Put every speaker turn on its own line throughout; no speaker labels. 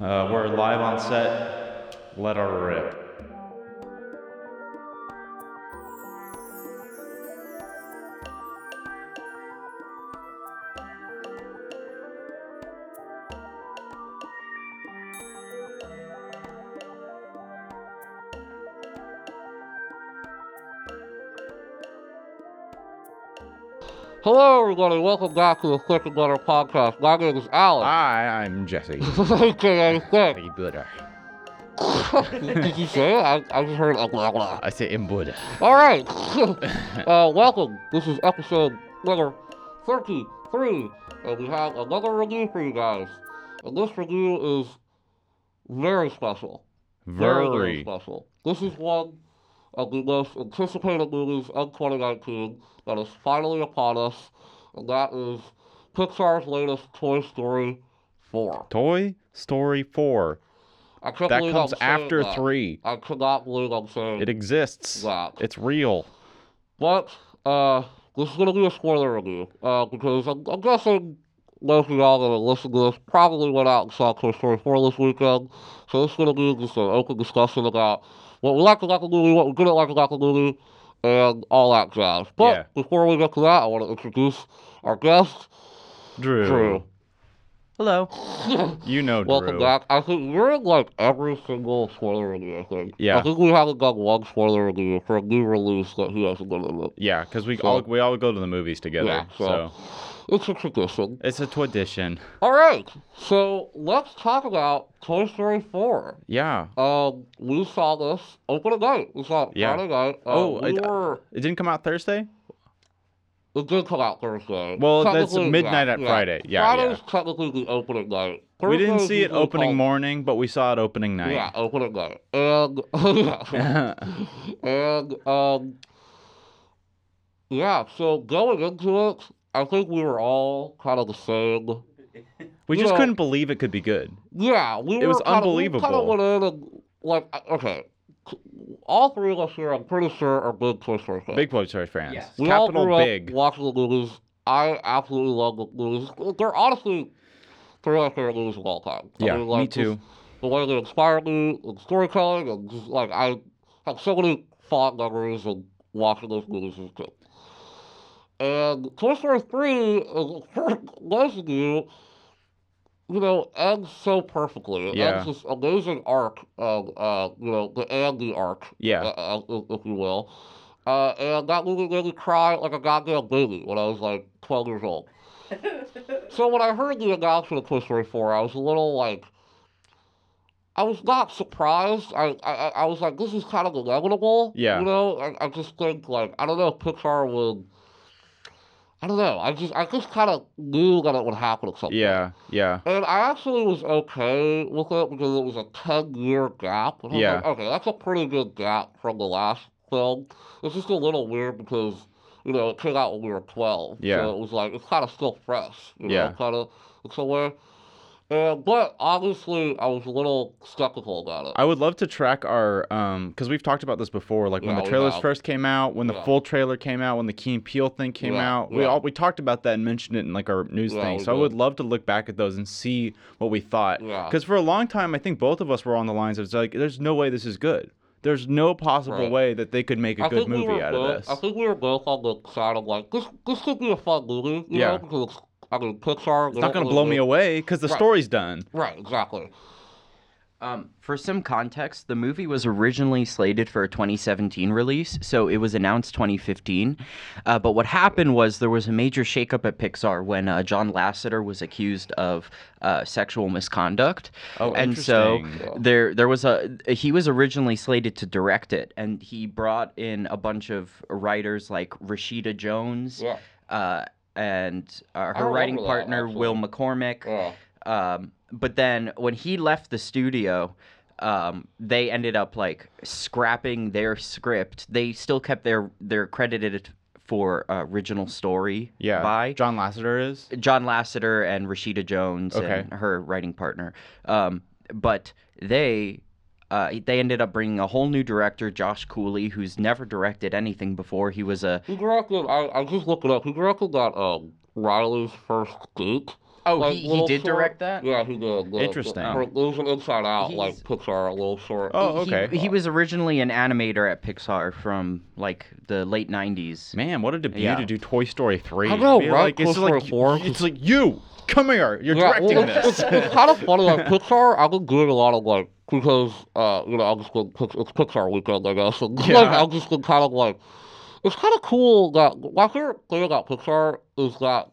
Uh, we're live on set. Let her rip.
Hello, everybody. Welcome back to the Thick and Butter podcast. My name is Alex,
Hi, I'm Jesse.
aka Thick.
Hey, Buddha.
Did you say it? I, I just heard a blah blah.
I say in Buddha.
All right. uh, welcome. This is episode number 33, and we have another review for you guys. And this review is very special. Very, very
Very.
special. This is one of the most anticipated movies of 2019 that is finally upon us, and that is Pixar's latest Toy Story 4.
Toy Story 4.
I can't
That
believe
comes
I'm uh, saying
after
that.
3.
I cannot believe I'm saying
It exists.
that.
It's real.
But uh, this is gonna be a spoiler review uh, because I'm, I'm guessing most of y'all that listen to this probably went out and saw Toy Story 4 this weekend. So it's gonna be just an open discussion about what we liked about the movie, what we didn't like about the movie, and all that jazz. But
Yeah.
before we get to that, I want to introduce our guest,
Drew.
Drew.
Hello. You know
Welcome
Drew.
back. I think you're in like every single spoiler review. I think. I
Yeah.
think we haven't got one spoiler review for a new release that he hasn't done in it.
Yeah, because we
So-
all we all go to the movies together.
Yeah, so-
so.
It's a tradition.
it's a tradition.
All right, so let's talk about Toy Story 4.
Yeah.
Um, we saw this opening night. We saw it
Yeah.
Friday night. Uh,
Oh,
we
I-
were.
It didn't come out Thursday.
It did come out Thursday.
Well, that's
Technically,
midnight at Friday. Yeah,
Friday's technically the opening night.
We didn't
Thursday's
see it
usually
opening
called-
morning, but we saw it opening
Yeah,
night.
opening night, and yeah. and um, yeah. So going into it, I think we were all kind of the same.
we
You
just
know-
couldn't believe it could be good.
Yeah, we
It
were
was
kinda, We kind of
unbelievable.
went in and like, I- okay, c- all three of us here, I'm pretty sure, are big Toy Story fans.
Big Toy Story fans.
Yes.
we all
Capital
grew
big.
Up watching the movies. I absolutely love the movies. They're honestly three of my favorite movies of all time. I
yeah,
mean, like,
me
just
too.
The way they inspired me, and storytelling, and just like I have so many fond memories of watching those movies as a kid. And Toy Story 3, is- for most of you, you know, ends so perfectly. It
Yeah.
ends this amazing arc, of, uh, you know, the Andy arc,
Yeah.
uh, uh, if you will. Uh, and that movie made me cry like a goddamn baby when I was like 12 years old. so when I heard the announcement of Toy Story 4, I was a little like, I was not surprised. I, I, I- I was like, this is kind of inevitable.
Yeah.
You know, I, I just think like, I don't know if Pixar would. I don't know. I just I just kind of knew that it would happen at some point.
Yeah, yeah.
And I actually was okay with it because it was a 10 year gap. And I was
Yeah.
Like, okay, that's a pretty good gap from the last film. It's just a little weird because, you know, it came out when we were 12.
Yeah.
So it was like, it's kind of still fresh. You
Yeah.
Know, kind of, it's a way. And, but obviously, I was a little skeptical about it.
I would love to track our um because we've talked about this before, like when
Yeah,
the
we
trailers
have.
first came out, when the
Yeah.
full trailer came out, when the Key and Peele thing came
Yeah,
out. We
yeah.
all we talked about that and mentioned it in like our news
Yeah,
thing.
we
So I would
did.
love to look back at those and see what we thought.
Yeah.
Because for a long time I think both of us were on the lines of it's like there's no way this is good. There's no possible
Right.
way that they could make a
I
good
think
movie
we were
out
both,
of this.
I think we were both on the side of like, this, this could be a fun movie. You
Yeah.
Know? Because it's, I mean, Pixar.
it's not gonna blow me away because the
Right.
story's done.
Right, exactly.
Um, for some context, the movie was originally slated for a 2017 release, so it was announced 2015. Uh, but what happened was there was a major shakeup at Pixar when uh, John Lasseter was accused of uh, sexual misconduct,
Oh,
and so
interesting.
there there was a he was originally slated to direct it, and he brought in a bunch of writers like Rashida Jones.
Yeah.
Uh, and uh, her
remember
writing
that,
partner Will
actually.
McCormick,
Yeah.
um, but then when he left the studio, um, they ended up like scrapping their script. They still kept their their credited for uh, original story.
Yeah.
By
John Lasseter is.
John Lasseter and Rashida Jones
Okay.
and her writing partner. Um, but they uh, they ended up bringing a whole new director, Josh Cooley, who's never directed anything before. He was a
He directed. I I just looked it up. He directed that um Riley's first date.
Oh,
like,
he, he
little
did
short.
direct that.
Yeah, he did. yeah.
Interesting.
Or It was an Inside Out like
He's-
Pixar little short.
Oh,
He-
okay.
He, was originally an animator at Pixar from like the late '90s.
Man, what a debut
Yeah.
to do Toy Story three.
I know,
Be
right?
Like, it's
Toy
like
Story 4.
it's like you come here. You're
Yeah,
directing
well, it's-
this.
It's, it's kind of funny. Like Pixar, I've been doing a lot of like because uh, you know I've just been Pix- it's Pixar weekend, I guess. And, like,
Yeah.
I've just been kind of like it's kind of cool that my favorite thing about Pixar is that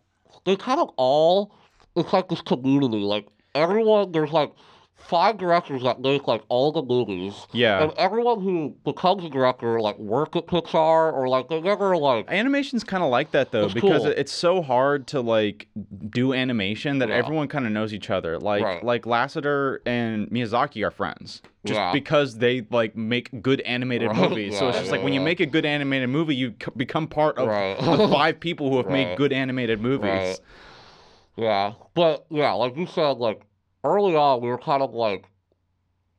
they kind of all it's like this community. Like everyone, there's like five directors that make like all the movies.
Yeah.
And everyone who becomes a director like work at Pixar or like they never like
Animation's kind of like that though,
It's
because
cool.
it it's so hard to like do animation that
Yeah.
everyone kind of knows each other. Like
Right.
like Lasseter and Miyazaki are friends, just
Yeah.
because they like make good animated
Right.
movies. so it's
Yeah,
just
yeah,
like when you
yeah.
make a good animated movie, you c- become part of
Right.
the five people who have made
Right.
good animated movies.
Right. Yeah, but yeah, like you said, like early on, we were kind of like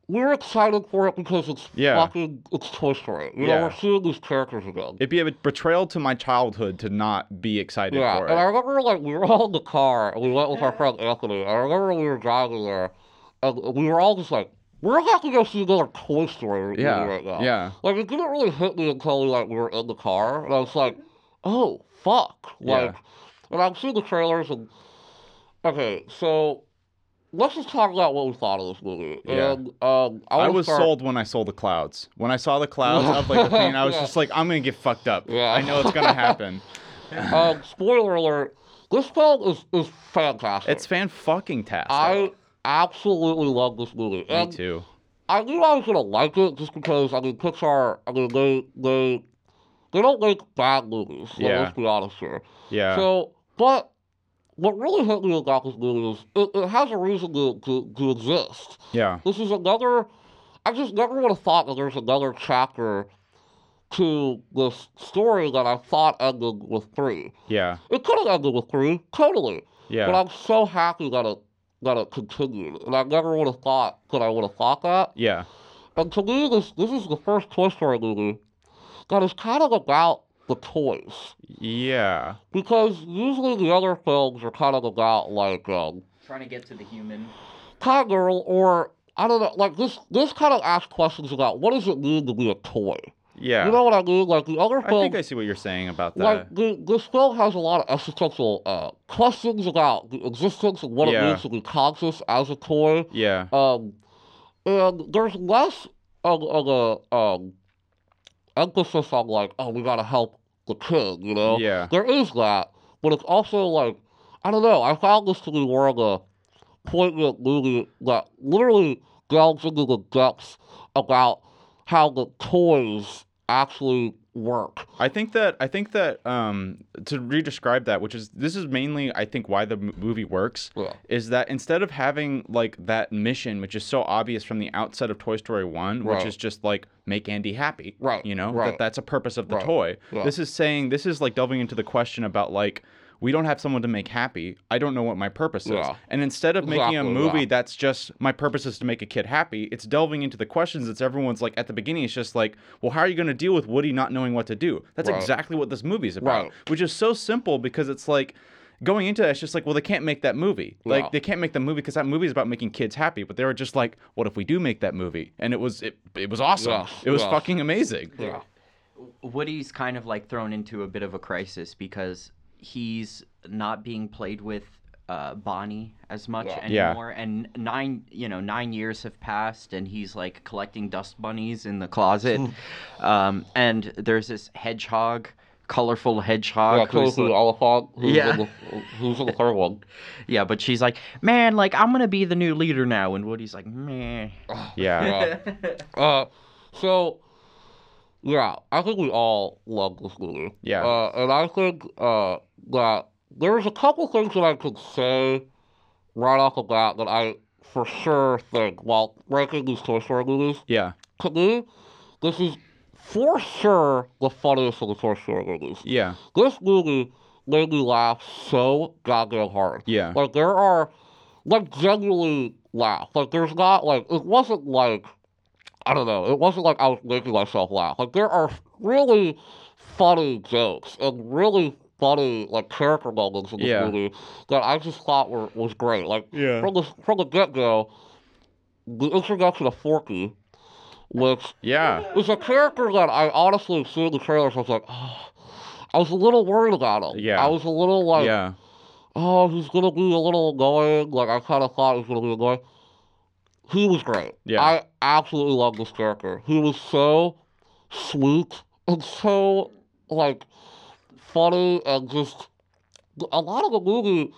we were excited for it because it's
Yeah.
fucking it's Toy Story. You
Yeah.
know, we're seeing these characters again.
It'd be a betrayal to my childhood to not be excited
yeah,
for it.
and I remember like we were all in the car and we went with our friend Anthony. I remember we were driving there, and we were all just like, "We're not gonna go see another Toy Story movie
Yeah,
right now."
yeah.
Like it didn't really hit me until like we were in the car, and I was like, "Oh fuck!" Like, and I'm seeing the trailers and okay, so let's just talk about what we thought of this movie.
Yeah.
And, um,
I
I, wanna
was
start-
sold when I saw the clouds. When I saw the clouds of like the plane, I was just like, I'm gonna get fucked up.
Yeah.
I know it's gonna happen.
Um, spoiler alert: this film is is fantastic.
It's fan fucking tastic.
I absolutely love this movie.
Me
and
too.
I knew I was gonna like it just because I mean Pixar. I mean they they they don't make bad movies. Like,
Yeah.
Let's be honest here.
Yeah.
So, but what really hit me about this movie is it, it has a reason to, to, to exist.
yeah.
This is another. I just never would have thought that there's another chapter to this story that I thought ended with three.
Yeah.
It could have ended with three, totally. But
Yeah.
I'm so happy that it that it continued, and I never would have thought that I would have thought that.
Yeah.
And to me, this this is the first Toy Story movie that is kind of about the toys,
Yeah.
because usually the other films are kind of about like um,
Trying to get to the human.
kind of girl, or I don't know, like this this kind of asks questions about what does it mean to be a toy.
Yeah.
You know what I mean? Like the other
I
film,
think I see what you're saying about that.
like the, this film has a lot of existential uh, questions about the existence and what it
Yeah.
means to be conscious as a toy.
yeah.
Um, and there's less of, of a um, emphasis on like, oh, we gotta help the kid, you know?
Yeah.
There is that, but it's also like, I don't know. I found this to be more of a poignant movie that literally delves into the depths about how the toys actually work.
I think that I think that um to re-describe that, which is this is mainly I think why the m- movie works,
Yeah.
is that instead of having like that mission, which is so obvious from the outset of Toy Story One, which
Right.
is just like make Andy happy,
Right,
You know that
right.
that's a purpose of the
Right,
toy.
yeah.
This is saying this is like delving into the question about like. We don't have someone to make happy. I don't know what my purpose is.
Yeah.
And instead of making a
Exactly,
movie
yeah.
that's just my purpose is to make a kid happy. It's delving into the questions that's everyone's like at the beginning. It's just like, well, how are you going to deal with Woody not knowing what to do? That's
Right.
exactly what this movie's about,
Right.
which is so simple because it's like going into that, it's just like, well, they can't make that movie. Like
Yeah.
they can't make the movie because that movie is about making kids happy. But they were just like, what if we do make that movie? And it was it, it was awesome.
Yeah,
It was
yeah.
fucking amazing.
Yeah.
Woody's kind of like thrown into a bit of a crisis because he's not being played with uh, Bonnie as much
Yeah.
anymore, and nine you know nine years have passed, and he's like collecting dust bunnies in the closet, um, and there's this hedgehog, colorful hedgehog,
Yeah,
who's
Timothy
like-
Oliphant, who's,
Yeah.
in the, who's in the third one.
yeah, but she's like, man, like I'm gonna be the new leader now, and Woody's like, meh.
Yeah.
Yeah. uh, so, yeah, I think we all love this movie.
Yeah.
Uh, and I think uh, that there's a couple things that I could say right off the bat that I for sure think while ranking these Toy Story movies.
Yeah.
To me, this is for sure the funniest of the Toy Story movies.
Yeah.
This movie made me laugh so goddamn hard.
Yeah.
Like there are, like genuinely laugh. Like there's not like it wasn't like, I don't know. It wasn't like I was making myself laugh. Like there are really funny jokes and really funny like character moments in this
Yeah.
movie that I just thought were was great. Like
Yeah.
from the from the get go, the introduction of Forky, which
Yeah.
is a character that I honestly seeing the trailers I was like, oh, I was a little worried about him.
Yeah.
I was a little like,
Yeah.
oh, he's gonna be a little annoying. Like I kind of thought he was gonna be annoying. He was great.
Yeah.
I absolutely love this character. He was so sweet and so like funny and just a lot of the movie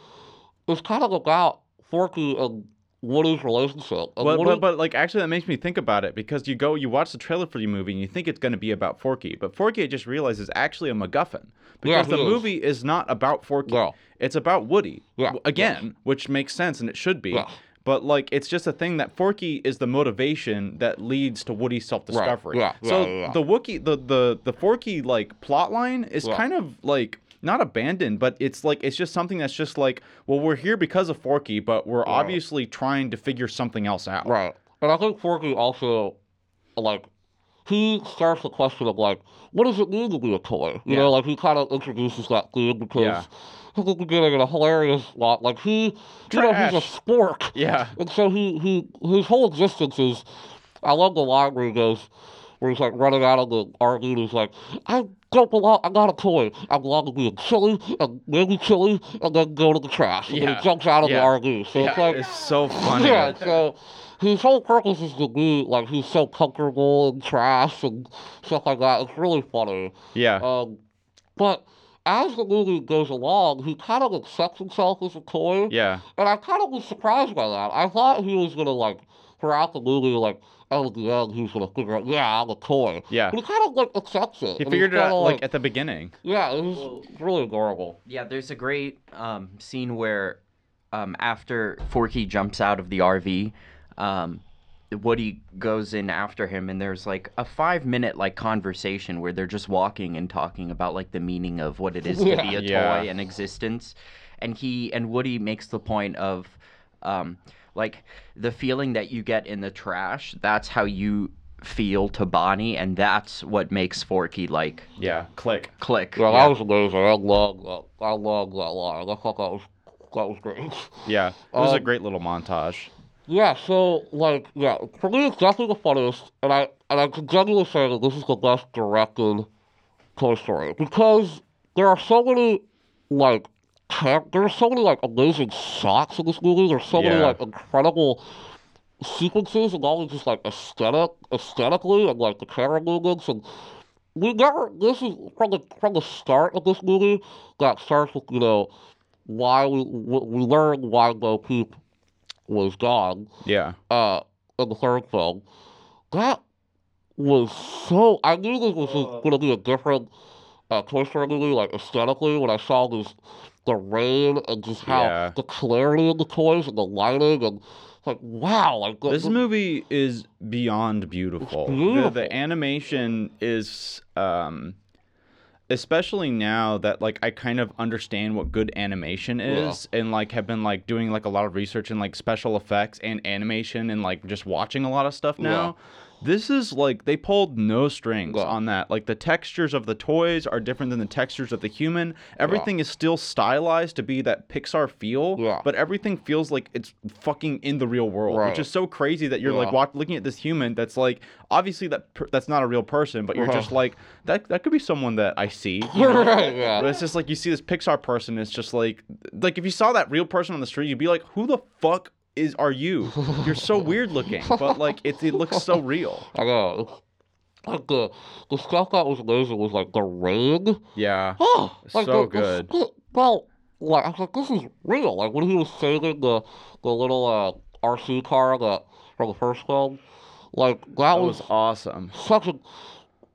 is kind of about Forky and Woody's relationship. And
But,
Woody-
but, but like actually that makes me think about it because you go you watch the trailer for the movie and you think it's going to be about Forky, but Forky I just realized is actually a MacGuffin because
he
the
is.
movie is not about Forky.
No.
It's about Woody
Yeah,
w- again, which makes sense and it should be.
Yeah.
But like it's just a thing that Forky is the motivation that leads to Woody's self-discovery.
yeah,
so
yeah, yeah.
the Wookie the the the Forky like plot line is
Yeah.
kind of like not abandoned, but it's like it's just something that's just like, well, we're here because of Forky, but we're obviously trying to figure something else out.
Right. And I think Forky also, like, he starts the question of, like, what does it mean to be a toy? You
Yeah.
know, like, he kind of introduces that thing because
Yeah.
he's at the beginning in a hilarious lot. Like, he, you know, he's a
Trash.
spork.
Yeah.
And so he, he, his whole existence is, I love the line where he goes, where he's like running out of the RV and he's like, I don't belong, I'm not a toy. I belong to be a chili and maybe chili and then go to the trash. And then
Yeah.
he jumps out of
Yeah.
the RV. So it's
Yeah,
like,
it's so funny.
yeah, so his whole purpose is to be like he's so comfortable and trash and stuff like that. It's really funny.
Yeah.
Um, but as the movie goes along, he kind of accepts himself as a toy.
yeah.
And I kind of was surprised by that. I thought he was gonna like throughout the movie like oh at the end he's gonna figure out yeah I'm a toy.
Yeah.
But he kind of like accepts it.
He
and
figured it
he's kinda,
out like at the beginning.
yeah, it was really adorable.
Yeah, there's a great um, scene where um, after Forky jumps out of the RV, um, Woody goes in after him, and there's like a five minute like conversation where they're just walking and talking about like the meaning of what it is to be a
Yeah.
toy and existence, and he and Woody makes the point of. Um, like the feeling that you get in the trash, that's how you feel to Bonnie, and that's what makes Forky like
Yeah. Click.
click.
Yeah,
Yeah.
that was amazing. I love that. I love that line. I thought that was that was great.
Yeah. It was a
Um,
great little montage.
Yeah, so like yeah, for me it's definitely the funniest, and I and I can genuinely say that this is the best directed Toy Story because there are so many like char- there are so many like amazing shots in this movie. There's so many
Yeah.
like incredible sequences and all just like aesthetic aesthetically and like the camera movements and we never this is from the from the start of this movie that starts with you know why we we, we learn why Bo Peep was gone
Yeah.
uh, in the third film, that was so. I knew this was just gonna be a different uh, Toy Story movie, like aesthetically, when I saw this, the rain and just how
Yeah.
the clarity of the toys and the lighting and like wow, like the-
This
the-
movie is beyond beautiful. The- The,
beautiful.
animation is um especially now that like I kind of understand what good animation is and like have been like doing like a lot of research in like special effects and animation and like just watching a lot of stuff now. This is like they pulled no strings
Yeah.
on that. Like the textures of the toys are different than the textures of the human. Everything is still stylized to be that Pixar feel,
Yeah.
but everything feels like it's fucking in the real world, which
Right.
is so crazy that you're like
Yeah.
walk, looking at this human that's like obviously that per- that's not a real person, but you're
Uh-huh.
just like that that could be someone that I see. you know? But
yeah.
it's just like you see this Pixar person. It's just like like if you saw that real person on the street, you'd be like, who the fuck is are you? You're so weird looking, but like it, it looks so real.
I know. It's, like the the stuff that was amazing was like the rain.
Yeah.
Oh, like
So
the,
good.
The, sp- well, like I was like, this is real. Like when he was saving the the little uh, RC car that from the first film, like that,
That
was,
was awesome.
such a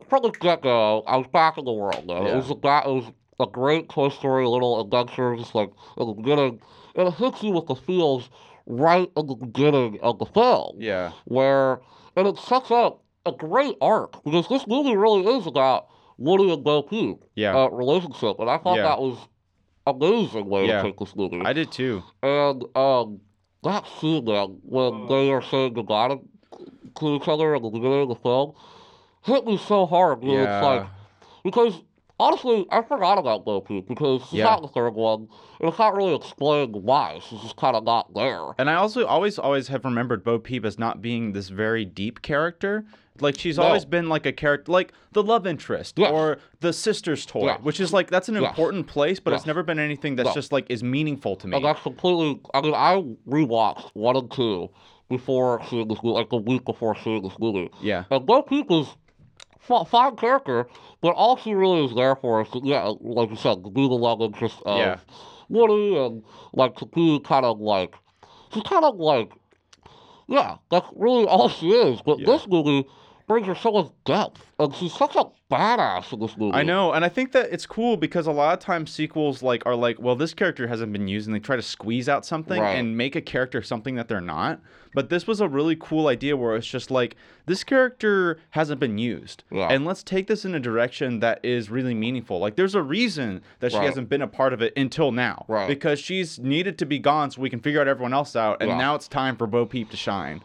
from the get go. I was back in the world. Man.
Yeah.
It was a that it was a great Toy Story little adventure. Just like in the beginning, and it hits you with the feels right at the beginning of the film
Yeah.
where and it sets up a great arc because this movie really is about Woody and Bo Peep
Yeah.
uh, relationship, and I thought
Yeah.
that was amazing way
Yeah.
to take this movie.
I did too.
and um, that scene man, when they are saying goodbye to, to each other at the beginning of the film hit me so hard. because It's like because Honestly, I forgot about Loki because it's
Yeah.
not the third one. and It's not really explained why. She's just kind of not there.
And I also always always have remembered Bo Peep as not being this very deep character. Like she's
No.
always been like a character, like the love interest
Yes.
or the sister's toy,
Yes.
which is like that's an
Yes.
important place, but
Yes.
it's never been anything that's
No.
just like is meaningful to me.
And that's completely. I mean, I rewatched one and two before seeing this movie, like the week before seeing this movie.
Yeah,
And Bo Peep is f- fine character, but all she really is there for is, to, yeah, like you said, to be the love interest of
Yeah.
Woody and, like, to be kind of like. She's kind of like. Yeah, that's really all she is. But
Yeah.
this movie brings her so much depth, and she's such a badass in this movie.
I know, and I think that it's cool because a lot of times sequels like are like, well, this character hasn't been used, and they try to squeeze out something
Right.
and make a character something that they're not. But this was a really cool idea where it's just like this character hasn't been used,
Yeah.
and let's take this in a direction that is really meaningful. Like, there's a reason that she
Right.
hasn't been a part of it until now,
Right.
Because she's needed to be gone so we can figure out everyone else out, and
Yeah.
now it's time for Bo Peep to shine.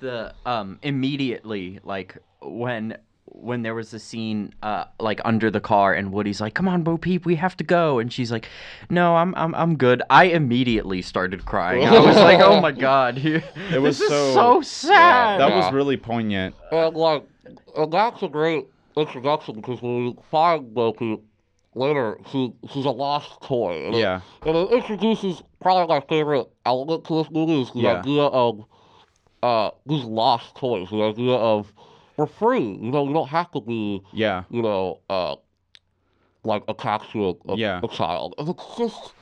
the um immediately like when when there was a scene uh like under the car and Woody's like come on Bo Peep we have to go and she's like no I'm I'm I'm good I immediately started crying I was like oh my god it
was
this
so-
is so sad
That
Yeah.
was really poignant.
And like, and that's a great introduction because when we find Loki later, she, she's a lost toy. And
Yeah.
It, and it introduces probably my favorite element to this movie is the
Yeah.
idea of uh, these lost toys, the idea of we're free. You know, you don't have to be,
Yeah.
you know, uh, like attached to a, a,
Yeah.
a child. And it's just.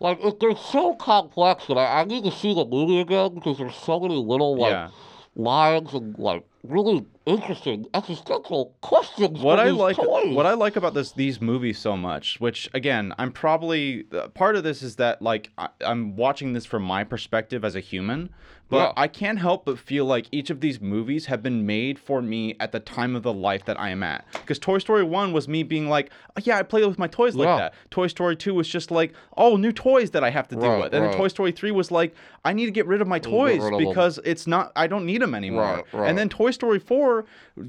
Like, it, they're so complex, and I, I need to see the movie again because there's so many little, like,
yeah.
lines and like really interesting existential questions.
what
for
I
these
like
toys.
what I like about this these movies so much, which again, I'm probably uh, part of this is that like I, I'm watching this from my perspective as a human, but
Yeah.
I can't help but feel like each of these movies have been made for me at the time of the life that I am at. Because Toy Story One was me being like, "Oh, yeah, I play with my toys like
Yeah.
that. Toy Story Two was just like, oh, new toys that I have to deal
Right,
with, and
right.
then Toy Story Three was like, I need to get rid of my toys
rid of 'em.
because it's not I don't need them anymore.
Right, right.
And then Toy Story Four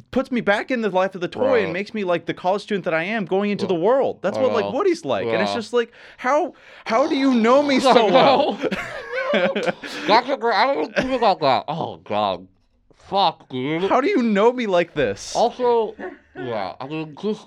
puts me back in the life of the toy
Right.
and makes me like the college student that I am going into the world. That's what
Well,
like Woody's like, and it's
yeah.
just like how how do you know me
I
so well?
know. That's a great. I didn't even think about that. Oh god, fuck, dude.
How do you know me like this?
Also, yeah. I mean, just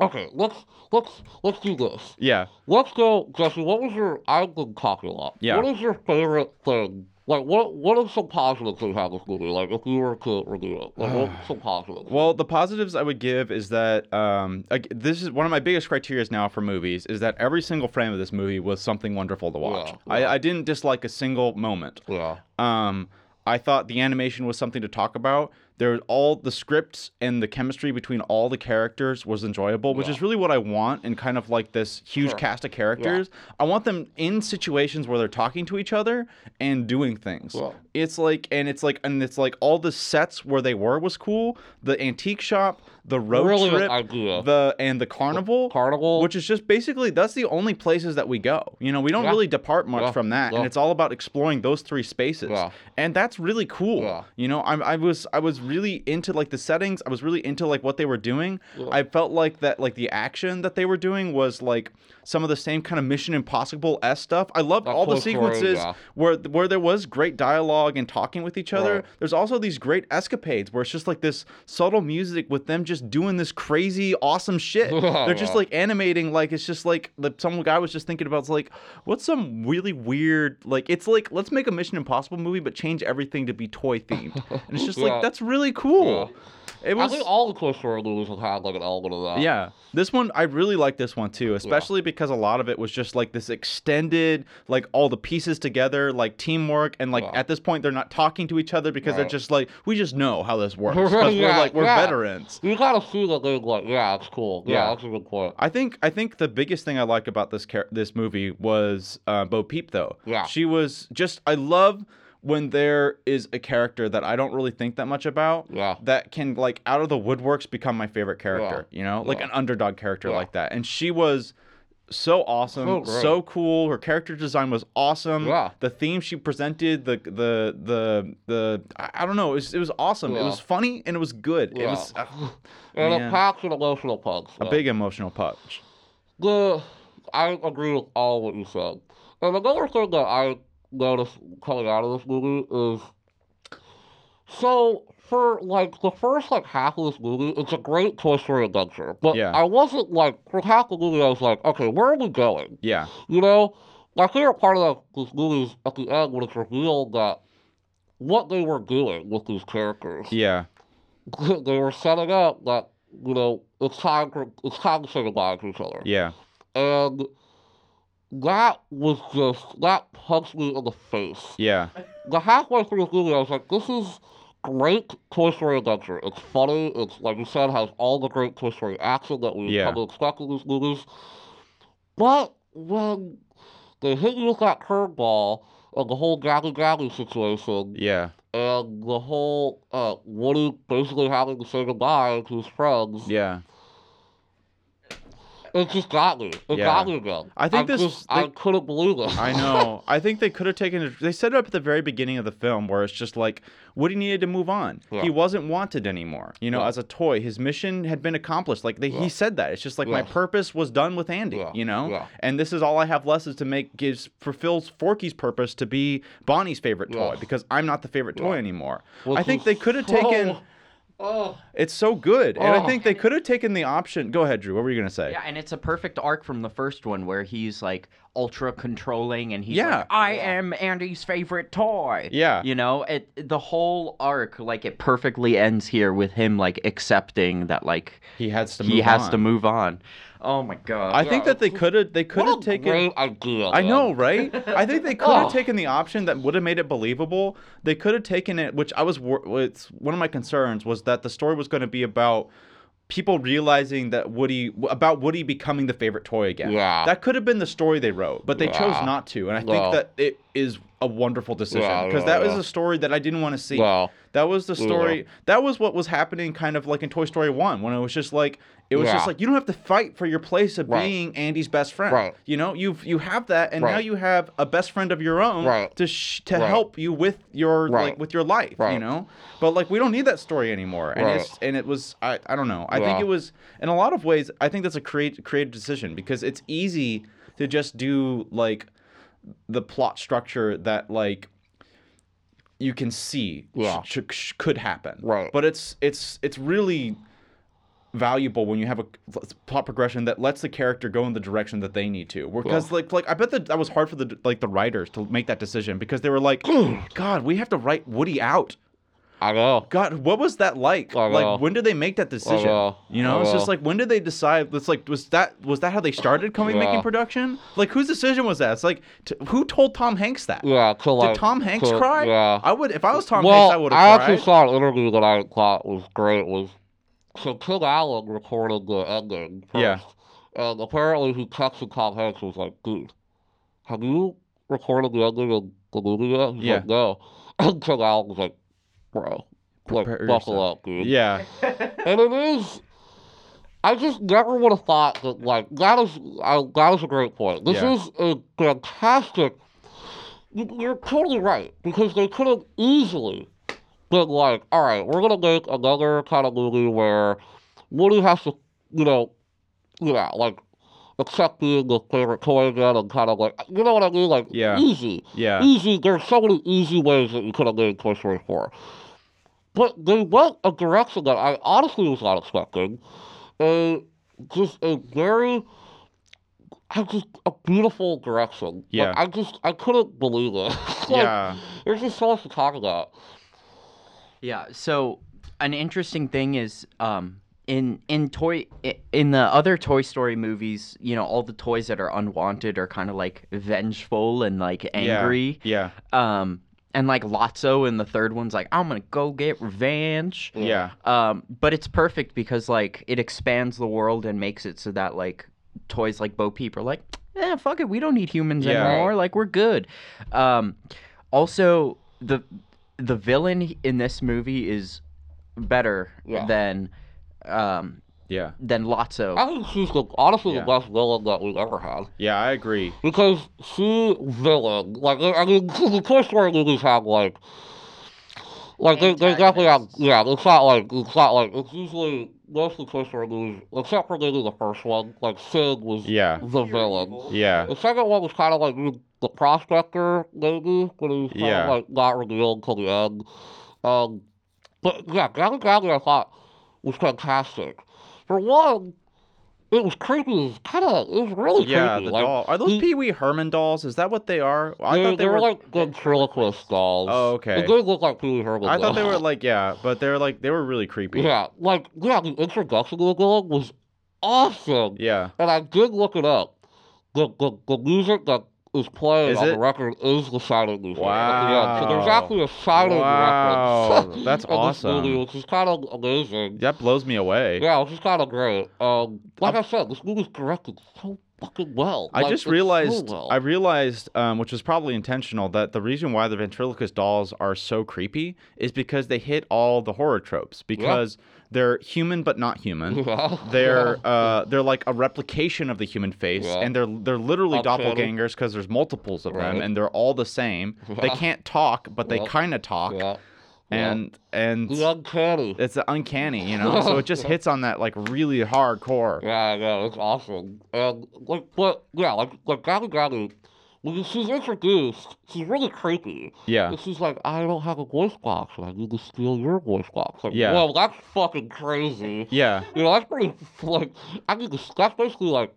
okay. Let's let's let's do this.
Yeah,
Let's go, Jesse. What was your? I've been talking a lot.
Yeah.
What is your favorite thing? Like, what what is some positive thing about this movie? Like, if you were to review it, like, what's some positive?
Well, the positives I would give is that um, ag- this is one of my biggest criteria now for movies is that every single frame of this movie was something wonderful to watch.
Yeah,
I, I didn't dislike a single moment.
Yeah.
Um, I thought the animation was something to talk about. There, all the scripts and the chemistry between all the characters was enjoyable, which is really what I want. And kind of like this huge cast of characters, I want them in situations where they're talking to each other and doing things.
Well.
It's like, and it's like, and it's like all the sets where they were was cool. The antique shop, the road
Brilliant
trip,
idea.
the and the carnival,
Carnival.
which is just basically that's the only places that we go. You know, we don't
Yeah.
really depart much
Yeah.
from that,
Yeah.
and it's all about exploring those three spaces,
Yeah.
and that's really cool.
Yeah.
You know, I'm, I was I was really into like the settings. I was really into like what they were doing. I felt like that like the action that they were doing was like some of the same kind of Mission Impossible s stuff. I loved
That
all the
close range,
sequences
yeah.
where where there was great dialogue and talking with each other.
Right.
There's also these great escapades where it's just like this subtle music with them just doing this crazy awesome shit. They're just
Yeah.
like animating like it's just like the, some guy was just thinking about it's like what's some really weird like it's like let's make a Mission Impossible movie but change everything to be toy themed. And it's just
Yeah.
like that's really cool. It
I
was
think all the Toy Story movies have had like an element of that.
yeah. This one I really like this one too, especially because a lot of it was just like this extended, like all the pieces together, like teamwork and like
Yeah.
at this point they're not talking to each other because they're
Right.
just like we just know how this works. 'cause
Yeah,
we're like we're
yeah.
veterans.
You gotta see that they're like, yeah, it's cool. Yeah,
Yeah.
that's a good point.
I think I think the biggest thing I like about this char- this movie was uh, Bo Peep though.
Yeah.
She was just I love when there is a character that I don't really think that much about.
Yeah.
That can like out of the woodworks become my favorite character. You know, like
Yeah.
an underdog character
Yeah.
like that, and she was so awesome,
So
so,
great.
cool. Her character design was awesome.
Yeah.
The theme she presented, the the the the I I don't know, it was, it was awesome.
Yeah.
It was funny and it was good. It
Yeah.
was uh,
And
man,
it packs an emotional punch.
a
yeah.
big emotional punch.
The, I agree with all what you said. And another thing that I noticed coming out of this movie is so for like the first like half of this movie, it's a great Toy Story adventure. But
Yeah.
I wasn't like for half the movie, I was like, okay, where are we going?
Yeah.
You know, my favorite part of this movie is at the end when it's revealed that what they were doing with these characters
Yeah.
they were setting up that you know it's time for it's time to say goodbye to each other,
Yeah.
and that was just that punched me in the face.
Yeah.
The halfway through the movie, I was like, "This is great Toy Story adventure. It's funny. It's like you said, has all the great Toy Story action that we
Yeah.
come to expect in these movies." But when they hit you with that curveball and the whole Gabby Gabby situation,
Yeah.
and the whole uh, Woody basically having to say goodbye to his friends.
Yeah.
It just got me. It
Yeah.
got me again.
I think this-
Just, I
they-
couldn't believe it.
I know. I think they could have taken it. They set it up at the very beginning of the film where it's just like Woody needed to move on.
Yeah.
He wasn't wanted anymore. You know,
Yeah.
as a toy, his mission had been accomplished. Like they,
Yeah.
he said that. It's just like my
Yeah.
purpose was done with Andy.
Yeah.
You know,
Yeah.
and this is all I have left is to make gives fulfills Forky's purpose to be Bonnie's favorite
Yeah.
toy because I'm not the favorite toy anymore.
Which
I think
is
they could have
so-
taken.
Oh,
It's so good, and
Oh.
I think they could have taken the option. Go ahead, Drew. What were you gonna say?
Yeah, and it's a perfect arc from the first one where he's like ultra controlling and he's
Yeah.
like, I am Andy's favorite toy.
Yeah.
You know, it the whole arc, like it perfectly ends here with him like accepting that like
He has to. Move
he has
on.
to move on. Oh my god.
I think that they could have. They could
what
have
a
taken.
great idea.
I
man.
know, right? I think they could have
Oh.
taken the option that would have made it believable. They could have taken it, which I was. wor- It's one of my concerns was that the story was going to be about people realizing that Woody about Woody becoming the favorite toy again.
Yeah.
That could have been the story they wrote, but they chose
Yeah.
not to, and I
Well.
think that it is a wonderful decision
Yeah,
because
yeah,
that was
yeah.
a story that I didn't want to see.
Well,
That was the
Yeah.
story. That was what was happening, kind of like in Toy Story One, when it was just like it was
Yeah.
just like you don't have to fight for your place of
Right.
being Andy's best friend.
Right.
You know, you've you have that, and now
Right.
you have a best friend of your own
Right.
to sh- to
Right.
help you with your
Right.
like with your life. You
Right.
know, but like we don't need that story anymore. And
Right.
it's and it was I I don't know. I
Yeah.
think it was in a lot of ways. I think that's a create creative decision because it's easy to just do like the plot structure that like you can see
Yeah.
sh- sh- sh- could happen.
Right.
But it's it's it's really valuable when you have a plot progression that lets the character go in the direction that they need to. Because like like I bet that that was hard for the like the writers to make that decision because they were like, God, we have to write Woody out.
I know.
God, what was that like?
I know.
Like when did they make
Oh,
that decision?
know.
You know,
I
it's just
know.
like when did they decide? It's like was that was that how they started coming
Yeah.
making production? Like whose decision was that? It's like t- who told Tom Hanks that?
Yeah, to like.
Did Tom Hanks
to-
cry?
Yeah.
I would if I was Tom
well,
Hanks, I would
I
have
actually
cried.
saw an interview that I thought was great. Was so Tim Allen recorded the ending. First,
Yeah.
And apparently he texted Tom Hanks and was like, "Dude, have you recorded the ending of the movie yet?" He's
Yeah.
like, "No." And Tim Allen was like, "Bro, like
Prepare
buckle
yourself."
up, dude."
Yeah.
And it is. I just never would have thought that like that is I, that is a great point. This
Yeah.
is a fantastic. you- You're totally right because they could have easily been like, all right, we're gonna make another kind of movie where Woody has to, you know, you know, like accept being the favorite toy again and kind of like, you know what I mean, like
Yeah.
easy
Yeah.
easy. There's so many easy ways that you could have made Toy Story 4. But they went a direction that I honestly was not expecting. A just a very, I just a beautiful direction. Like,
Yeah.
I just I couldn't believe it. Like,
Yeah.
There's just so much to talk about.
Yeah. So an interesting thing is um, in in toy i- in the other Toy Story movies, you know, all the toys that are unwanted are kind of like vengeful and like angry.
Yeah.
Um, and like Lotso in the third one's like, I'm gonna go get revenge.
Yeah.
Um, but it's perfect because like it expands the world and makes it so that like toys like Bo Peep are like, eh, fuck it, we don't need humans
Yeah.
anymore. Like we're good. Um, also the the villain in this movie is better
Yeah.
than um
Yeah.
than Lotso.
I think she's the, honestly
Yeah.
the best villain that we've ever had.
Yeah, I agree.
Because she villain, like I mean, the Toy Story movies have like, like they they definitely have yeah. It's not like it's not like it's usually most of the Toy Story movies, except for maybe the first one. Like Sid was
Yeah.
the villain.
Yeah.
The second one was kind of like the prospector maybe, but it was kind
Yeah.
of like not revealed until the end. Um, but yeah, Gabby Gabby I thought was fantastic. For one, it was creepy. Kind of, it was really
Yeah,
creepy.
the
like,
doll. Are those
he-
Pee Wee Herman dolls? Is that what they are? I
they,
thought they were.
like ventriloquist dolls.
Oh, okay.
They look like Pee Wee Herman.
I thought they
dolls.
were like yeah, but they're like they were really creepy.
Yeah, like yeah, the introduction to the villain was awesome.
Yeah.
And I did look it up. The the, the music that is playing
Is
on
it?
the record is the silent music. Yeah, so there's
Wow.
actually a silent
Wow,
reference.
that's
in this movie,
awesome.
which is kind of amazing.
That blows me away.
Yeah, which is kind of great. Um, like i said, this movie's directed so fucking well.
I
Like,
just
it's so
realized
well.
I realized um, which was probably intentional that the reason why the ventriloquist dolls are so creepy is because they hit all the horror tropes because they're human but not human.
Yeah.
They're uh, they're like a replication of the human face,
Yeah.
and they're they're literally
Upsetting.
doppelgangers because there's multiples of them,
Right.
and they're all the same. They
Yeah.
can't talk, but they
Yeah.
kind of talk,
yeah.
and and
The uncanny.
it's uncanny, you know. so it just hits on that like really hardcore.
Yeah, yeah, it's awesome. And like, but yeah, like, like Gabby Gabby, when she's introduced, she's really creepy.
Yeah.
And she's like, I don't have a voice box, and I need to steal your voice box. Like,
Yeah.
well, that's fucking crazy.
Yeah.
You know, that's pretty like I need to. That's basically like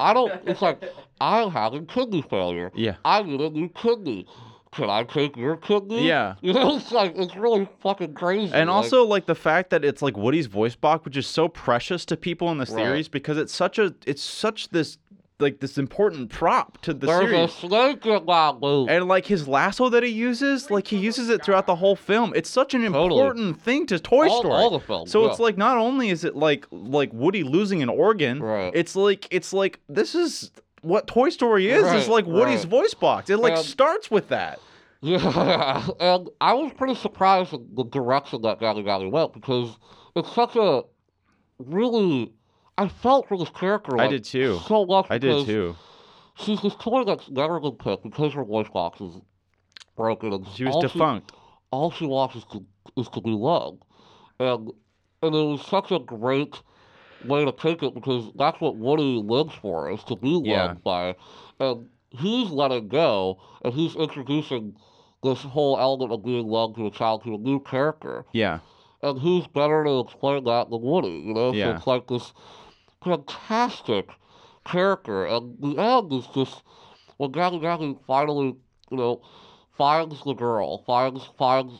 I don't. It's like I'm having kidney failure.
Yeah.
I need a new kidney. Can I take your kidney?
Yeah.
You know, it's like it's really fucking crazy.
And
like,
also like the fact that it's like Woody's voice box, which is so precious to people in the
Right.
series because it's such a it's such this like this important prop to the
there's
series.
a snake in my loop.
And like his lasso that he uses, like he uses it throughout the whole film. It's such an
Totally.
important thing to Toy
All-
Story.
all the films,
so
yeah.
it's like not only is it like like Woody losing an organ,
Right.
it's like it's like this is what Toy Story is. It's
Right,
like Woody's
right.
voice box. It like
Um,
starts with that.
Yeah, and I was pretty surprised at the direction that Gabby Gabby went because it's such a really. I felt for this character.
I
like,
did too.
So much.
I did
because
too.
She's this toy that's never been picked because her voice box is broken. And
She was
all
defunct.
all she wants is to, is to be loved. And, and it was such a great way to take it because that's what Woody lives for, is to be loved
Yeah.
by. And he's letting go, and he's introducing this whole element of being loved to a child to a new character.
Yeah.
And who's better to explain that than Woody, you know?
Yeah.
So it's like this fantastic character. And the end is just when Gabby Gabby finally, you know, finds the girl, finds finds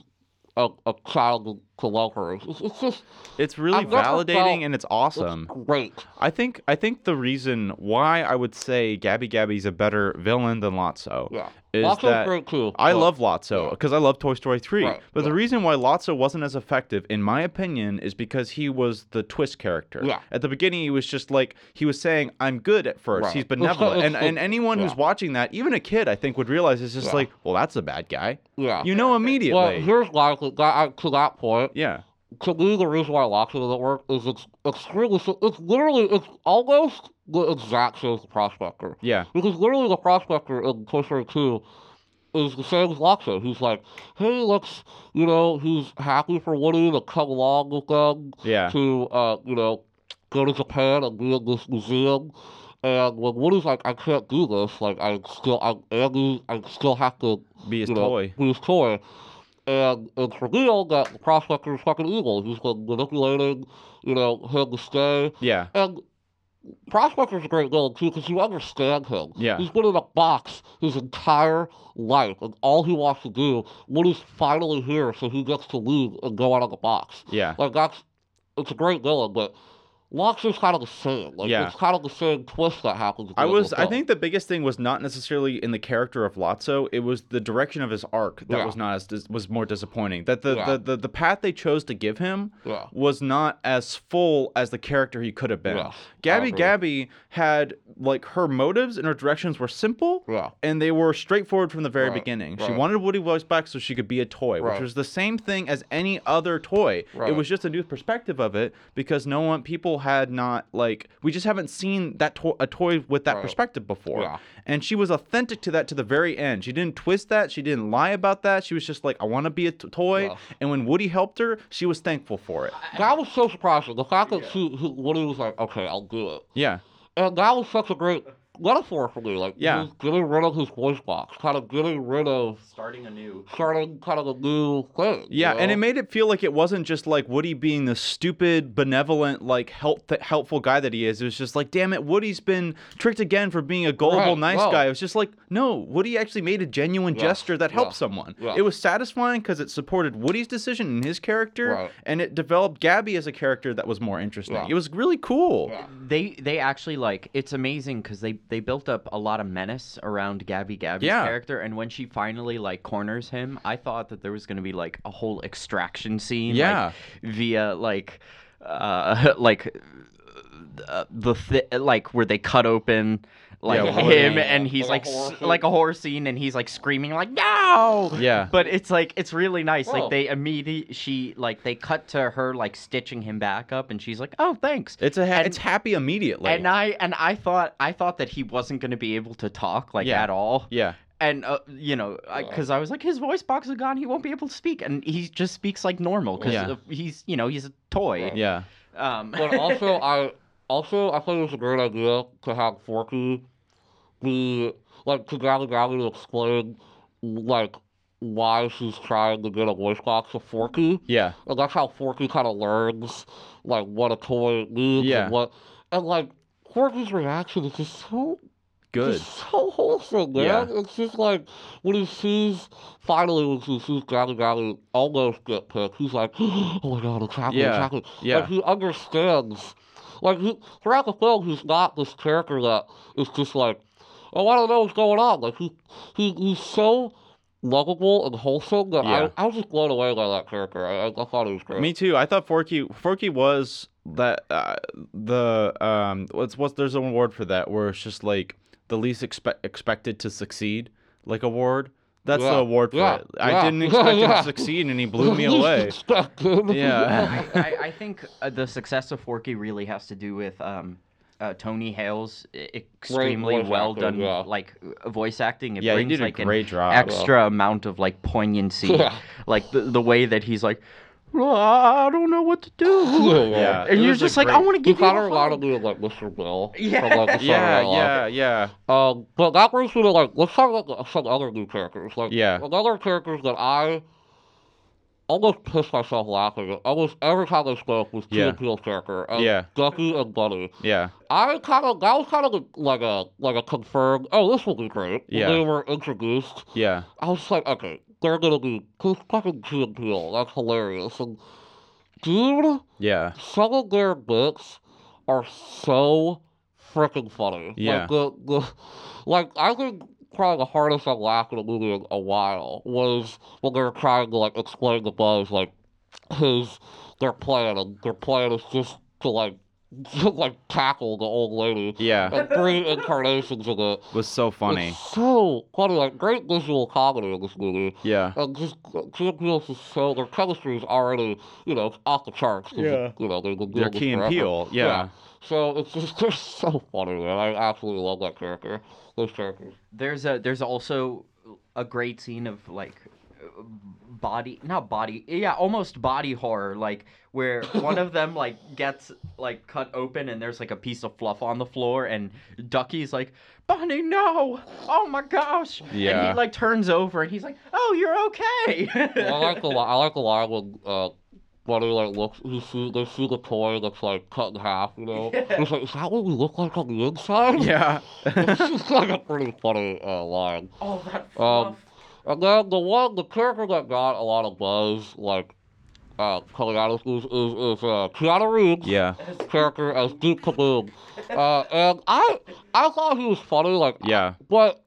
a, a child to love her. It's, it's just
It's really
I've never
validating
felt-
and it's
it's
awesome.
great.
I think I think the reason why I would say Gabby Gabby's a better villain than Lotso
Yeah.
is
Lotso's
that
great too.
I
but-
love Lotso because I love Toy Story 3.
Right,
But the reason why Lotso wasn't as effective, in my opinion, is because he was the twist character.
Yeah.
At the beginning, he was just like, he was saying, I'm good at first.
Right.
He's
It's-
benevolent.
it's-
and, and anyone who's
yeah.
watching that, even a kid, I think, would realize it's just
Yeah.
like, well, that's a bad guy.
Yeah.
You know
well,
immediately.
here's why I think that, I- to that point.
yeah.
to me, the reason why Lockton doesn't work is it's extremely. si- It's literally, it's almost the exact same as the Prospector.
Yeah.
Because literally, the Prospector in Toy Story 2 is the same as Lockton. He's like, hey, let's, you know, he's happy for Woody to come along with them
Yeah.
to, uh, you know, go to Japan and be in this museum. And when Woody's like, I can't do this, like, I still, I'm Andy, I still have to
Be his
you know,
toy.
with his toy. And it's revealed that the prospector is fucking evil. He's been manipulating, you know, him to stay.
Yeah.
And Prospector's a great villain too because you understand him.
Yeah.
He's been in a box his entire life, and all he wants to do when he's finally here, so he gets to leave and go out of the box.
Yeah.
Like that's it's a great villain, but Lox's kind of the same. Like
Yeah.
it's kind of the same twist that happens. at the
I
end of
was.
the
I
film.
think the biggest thing was not necessarily in the character of Lotso. It was the direction of his arc that
Yeah.
was not as dis- was more disappointing. That the,
Yeah.
the, the the path they chose to give him
Yeah.
was not as full as the character he could have been.
Yeah, I
Gabby
agree.
Gabby had like her motives and her directions were simple.
Yeah.
And they were straightforward from the very
Right,
beginning. She
right.
wanted Woody voice back so she could be a toy, which
Right.
was the same thing as any other toy. It
Right.
was just a new perspective of it because no one people still had not like we just haven't seen that to- a toy with that
Right.
perspective before.
Yeah.
And she was authentic to that to the very end. She didn't twist that. She didn't lie about that. She was just like, I want to be a t- toy.
Yeah.
And when Woody helped her, she was thankful for it.
That was so surprising. The fact that she, he, Woody was like, okay, I'll do it.
Yeah.
And that was such a great metaphor for me. Like,
Yeah.
just getting rid of his voice box, kind of getting rid of
Starting anew.
starting kind of a new thing. you
Yeah, and
know?
it made it feel like it wasn't just like Woody being the stupid, benevolent, like help helpful guy that he is. It was just like, damn it, Woody's been tricked again for being a gullible,
Right,
nice
wow.
guy. It was just like, no, Woody actually made a genuine
Yeah,
gesture that
yeah,
helped someone.
yeah.
It was satisfying because it supported Woody's decision and his character,
Right.
and it developed Gabby as a character that was more interesting.
Yeah.
It was really cool.
Yeah.
They they actually like it's amazing because they they built up a lot of menace around Gabby Gabby's
Yeah.
character, and when she finally like corners him, I thought that there was gonna be like a whole extraction scene. like,
Yeah.
via like uh like uh, the th- like where they cut open like
Yeah, horror
him
scene.
and he's
Like
like
a
s-
horror scene.
like a horror scene and he's like screaming like no
Yeah.
but it's like it's really nice
Whoa.
like they immediately she like they cut to her like stitching him back up and she's like oh thanks
It's a ha-
And-
it's happy immediately.
and I and I thought I thought that he wasn't going to be able to talk like
Yeah.
at all.
yeah.
And uh, you know, because I, was like, his voice box is gone. He won't be able to speak, and he just speaks like normal because
Yeah.
he's you know he's a toy.
Yeah.
Um,
But also, I also I think it's a great idea to have Forky be like to Gabby Gabby to explain like why she's trying to get a voice box of Forky.
Yeah.
And that's how Forky kind of learns like what a toy needs
Yeah.
and what and like Forky's reaction is just so
Good.
Just so wholesome, man. It's just like when he sees finally when he sees Granny Granny almost get picked, he's like, "Oh my god, it's happening,
Yeah,
it's happening."
yeah.
Like he understands. Like he, throughout the film, he's not this character that is just like, "Oh, I don't know what's going on." Like he, he he's so lovable and wholesome that
Yeah.
I, I was just blown away by that character. I, I, I thought he was great.
Me too. I thought Forky Forky was that uh, the um what's what's there's an award for that where it's just like the least expe- expected to succeed like award. That's the
Yeah,
award for
yeah,
it. I
yeah,
didn't expect him
yeah.
to succeed and he blew me away. Yeah.
I, I think uh, the success of Forky really has to do with um, uh, Tony Hale's e- extremely
voice
well
acting,
done
yeah.
like uh, voice acting. It
Yeah, he
brings
did a
like an
great job.
extra amount of like poignancy,
Yeah.
like the, the way that he's like, "Well, I don't know what to do,
Yeah.
and
it
you're
was a
just like, I
great-
want to
You
give you
kind of
a
reminded
hug.
me of like Mr. Bill.
Yeah.
From, like, the
Yeah,
Saturday Night Live.
yeah, yeah.
Um, but that brings me to like let's talk about some other new characters. Like
Yeah.
another characters that I almost pissed myself laughing at almost every time I spoke was
Yeah.
Key and Peele's character. And
Yeah.
Ducky and Bunny.
Yeah.
I kind of that was kind of like a like a confirmed. Oh, this will be great. When
Yeah.
They were introduced.
Yeah.
I was like, okay, they're gonna be this fucking Key and Peele. That's hilarious. And dude,
Yeah.
some of their books are so freaking funny.
Yeah.
Like, the, the, like I think probably the hardest I laughed at a movie in a while was when they were trying to like explain the Buzz like his their plan and their plan is just to like just, like tackle the old lady.
Yeah.
And three incarnations of it.
Was so funny.
It's so funny, like great visual comedy in this movie.
Yeah.
And just Jim Wilson, so their chemistry is already, you know, it's off the charts. 'cause,
Yeah.
You know, they're, they're,
They're Key and Peele. Yeah.
So it's just, they're so funny, man. I absolutely love that character. Those characters.
There's a there's also a great scene of like body not body yeah almost body horror like where one of them like gets like cut open and there's like a piece of fluff on the floor and Ducky's like Bonnie no oh my gosh and
Yeah.
he like turns over and he's like oh you're okay
I like the li- I like the line when uh, Buddy like looks, he see, they see the toy that's like cut in half, you know. It's like, is that what we look like on the inside?
Yeah.
it's just like a pretty funny uh, line.
all that fluff
Um, and then the one, the character that got a lot of buzz, like, uh, coming out of this is, is uh, Keanu Reeves.
Yeah.
Character as Duke Kaboom. Uh, and I, I thought he was funny, like,
Yeah.
but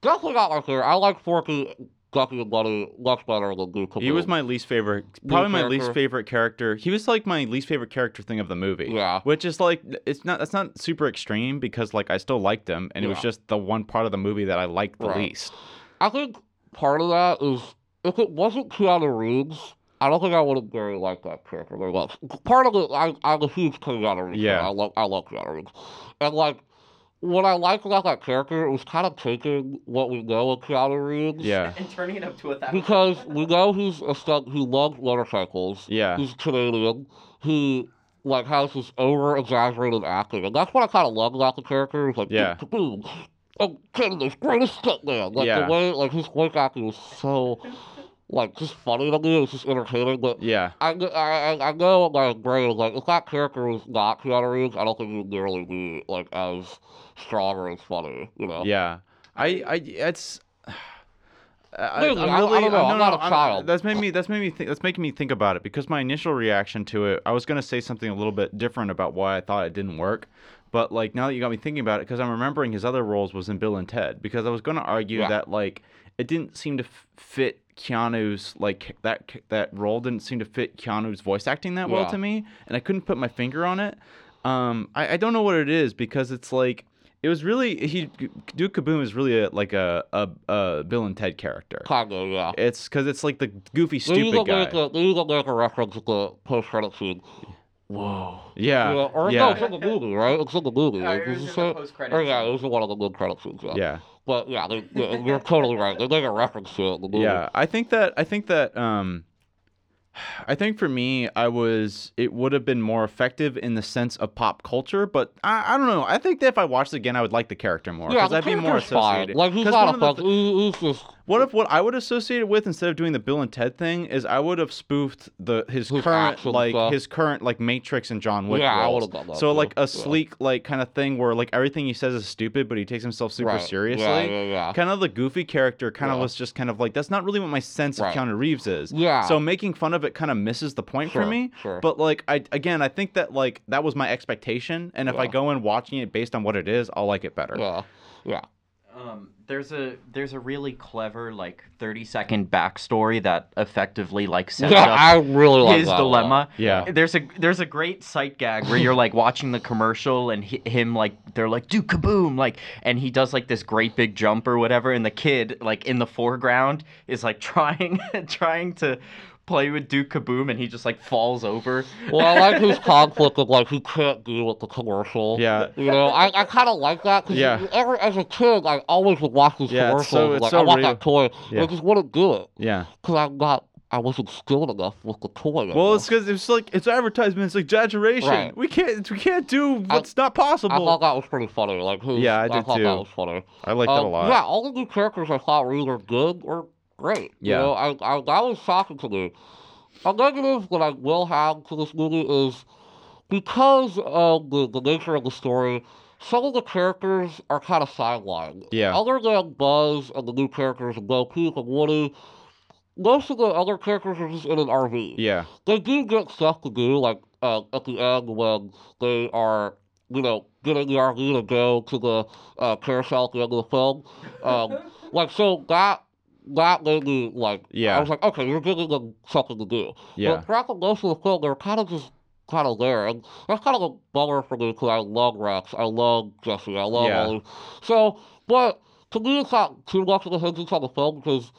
definitely not my favorite. I like Forky, Ducky, and Bunny much better than Duke Kaboom.
He was my least favorite, probably my least
character.
favorite character. He was like my least favorite character thing of the movie.
Yeah.
Which is like, it's not that's not super extreme because like I still liked him, and it was
Yeah.
just the one part of the movie that I liked the
Right.
least.
I think part of that is if it wasn't Keanu Reeves, I don't think I would have really liked that character very much. Part of it, I, I'm a huge King Gunnery fan.
Yeah.
I love, I love Gunnery. And, like, what I liked about that character, it was kind of taking what we know of Keanu Reeves.
Yeah.
And turning it up to a thousand.
Because we know he's a stunt who loves motorcycles.
Yeah.
He's Canadian. He like has his over exaggerated acting, and that's what I kind of love about the character. Is like, oh,
Yeah.
boom, I'm Canada's greatest stuntman. Like
Yeah.
the way like his voice acting was so like just funny to me. It was just entertaining, but.
Yeah.
I, kn- I, I- I know my brain is like if that character was not Keanu Reeves, I don't think he would nearly be like as strong or as funny, you know.
Yeah. I I it's I,
Dude, I- I don't know. I'm not a child.
That's made me. That's made me. Think, that's making me think about it because my initial reaction to it, I was gonna say something a little bit different about why I thought it didn't work, but like now that you got me thinking about it, because I'm remembering his other roles was in Bill and Ted. Because I was gonna argue
Yeah.
that like it didn't seem to f- fit Keanu's like that that role didn't seem to fit Keanu's voice acting that well
Yeah.
to me, and I couldn't put my finger on it. Um, I, I don't know what it is because it's like. It was really he Duke Kaboom is really a, like a, a a Bill and Ted character.
Kinda, yeah.
It's because it's like the goofy,
They
stupid
even
guy.
Make a, they even make a reference to the post credit scene. Whoa.
yeah,
You know, or no, it's
yeah,
in the movie, right? It's in the movie.
No,
like,
it
this
was
is
in the
it.
post-credits
Or yeah,
scene.
it was in one of the good credit scenes. Yeah.
yeah,
But yeah, they, yeah, you're totally right. They make a reference to it in the movie.
yeah. I think that I think that um, I think for me, I was it would have been more effective in the sense of pop culture, but I, I don't know. I think that if I watched it again, I would like the character more
Yeah,
because
the
I'd be more
character's fine.
associated.
Like he's
'Cause
not
one
a
of the
fuck.
th-
he- he's just
What if what I would associate it with instead of doing the Bill and Ted thing is I would have spoofed the his,
His
current
actual
like
stuff.
his current like Matrix and John Wick.
Yeah, I
roles.
would've done that
So
too.
like
Yeah.
a sleek like kind of thing where like everything he says is stupid, but he takes himself super
right.
seriously.
Yeah, yeah, yeah.
Kind of the goofy character kind of
Yeah.
was just kind of like that's not really what my sense
Right.
of Keanu Reeves is.
Yeah.
So making fun of it kind of misses the point for
Sure,
me.
sure.
But like I again I think that like that was my expectation, and if I
Yeah.
go in watching it based on what it is, I'll like it better.
yeah, yeah.
Um, there's a there's a really clever like 30 second backstory that effectively like sets
yeah
up
I really like
his
that a lot.
dilemma.
Yeah.
There's a there's a great sight gag where you're like watching the commercial and hi him like they're like do kaboom like and he does like this great big jump or whatever and the kid like in the foreground is like trying trying to play with Duke Kaboom and he just like falls over.
Well, I like his conflict of like he can't do with the commercial.
Yeah.
You know, I, I kind of like that because
Yeah.
every as a kid, I always would watch these
Yeah, it's
commercials.
so-
and,
it's
like
so
I want
real.
that toy, and
Yeah.
I just wouldn't do it
Yeah.
because I'm not, I wasn't skilled enough with the toy. I
Well,
guess.
it's because it's like it's advertisement. It's exaggeration.
Right.
We can't we can't do
I-
what's not
I
possible.
thought that was pretty funny. Like, who's,
Yeah, I did
thought
too.
that was funny.
I like
Um, Yeah, all the new characters I thought were either good or great.
Yeah.
You know, I, I, that was shocking to me. A negative that I will have to this movie is because of the, the nature of the story, some of the characters are kind of sidelined.
Yeah.
Other than Buzz and the new characters of Bo Peep and Woody, most of the other characters are just in an RV.
Yeah.
They do get stuff to do, like uh, at the end when they are, you know, getting the RV to go to the uh, carousel at the end of the film. Um, like, so that that made me, like,
Yeah.
I was like, okay, you're giving them something to do.
Yeah.
But throughout the most of the film, they're kind of just kind of there. And that's kind of a bummer for me because I love Rex. I love Jesse. I love
Yeah.
all So, but to me, it's not too much of a hindrance on the film because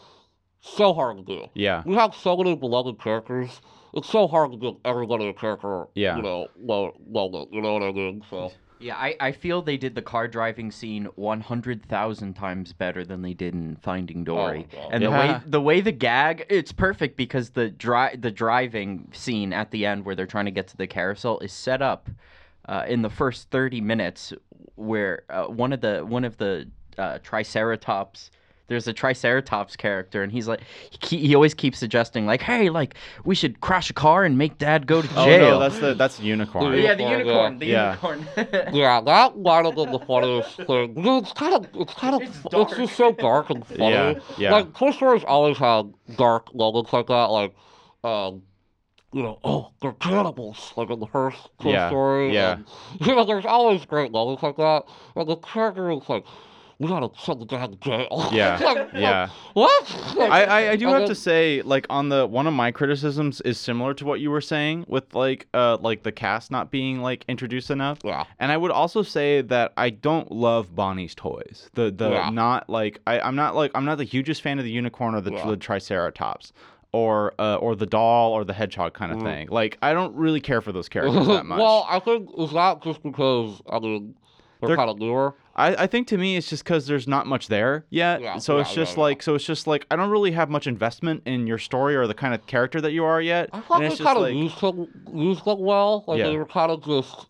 it's so hard to do.
Yeah.
We have so many beloved characters. It's so hard to give everybody a character,
Yeah.
you know, well, well, you know what I mean? So,
Yeah, I, I feel they did the car driving scene 100,000 times better than they did in Finding Dory.
God.
and the
Yeah.
way the way the gag, it's perfect because the dri- the driving scene at the end where they're trying to get to the carousel is set up uh, in the first 30 minutes where uh, one of the one of the uh, triceratops there's a triceratops character and he's like he, he always keeps suggesting like hey like we should crash a car and make dad go to
Oh
jail
no, that's the that's the unicorn.
Yeah.
yeah the unicorn the
Yeah.
unicorn
yeah, that might have been the funniest thing. You know, it's kind of, it's kind of,
It's
it's,
dark.
just so dark and funny.
Yeah, yeah.
Like, Toy Story's always had dark moments like that, like, um, you know, oh, they're cannibals, like in the first Toy
Yeah,
Story.
yeah.
and, you know, there's always great moments like that. And the character is like, we gotta send the guy to jail.
Yeah,
It's like,
yeah.
What?
I, I, I do
And
have
then-
to say, like on the one of my criticisms is similar to what you were saying with like uh like the cast not being like introduced enough.
Yeah.
And I would also say that I don't love Bonnie's toys. The the
Yeah.
not like I, I'm not like I'm not the hugest fan of the unicorn or the,
Yeah.
the triceratops. or uh, or the doll or the hedgehog kind of thing. Like I don't really care for those characters that much.
Mm. well, I think it's not just because I mean they're,
They're-
kind of newer.
I, I think to me it's just because there's not much there yet.
Yeah,
so
yeah,
it's just
yeah, yeah.
like so it's just like I don't really have much investment in your story or the kind of character that you are yet.
I thought
and
they
it's just
kind of
like
used them used them well. Like
Yeah.
they were kind of just.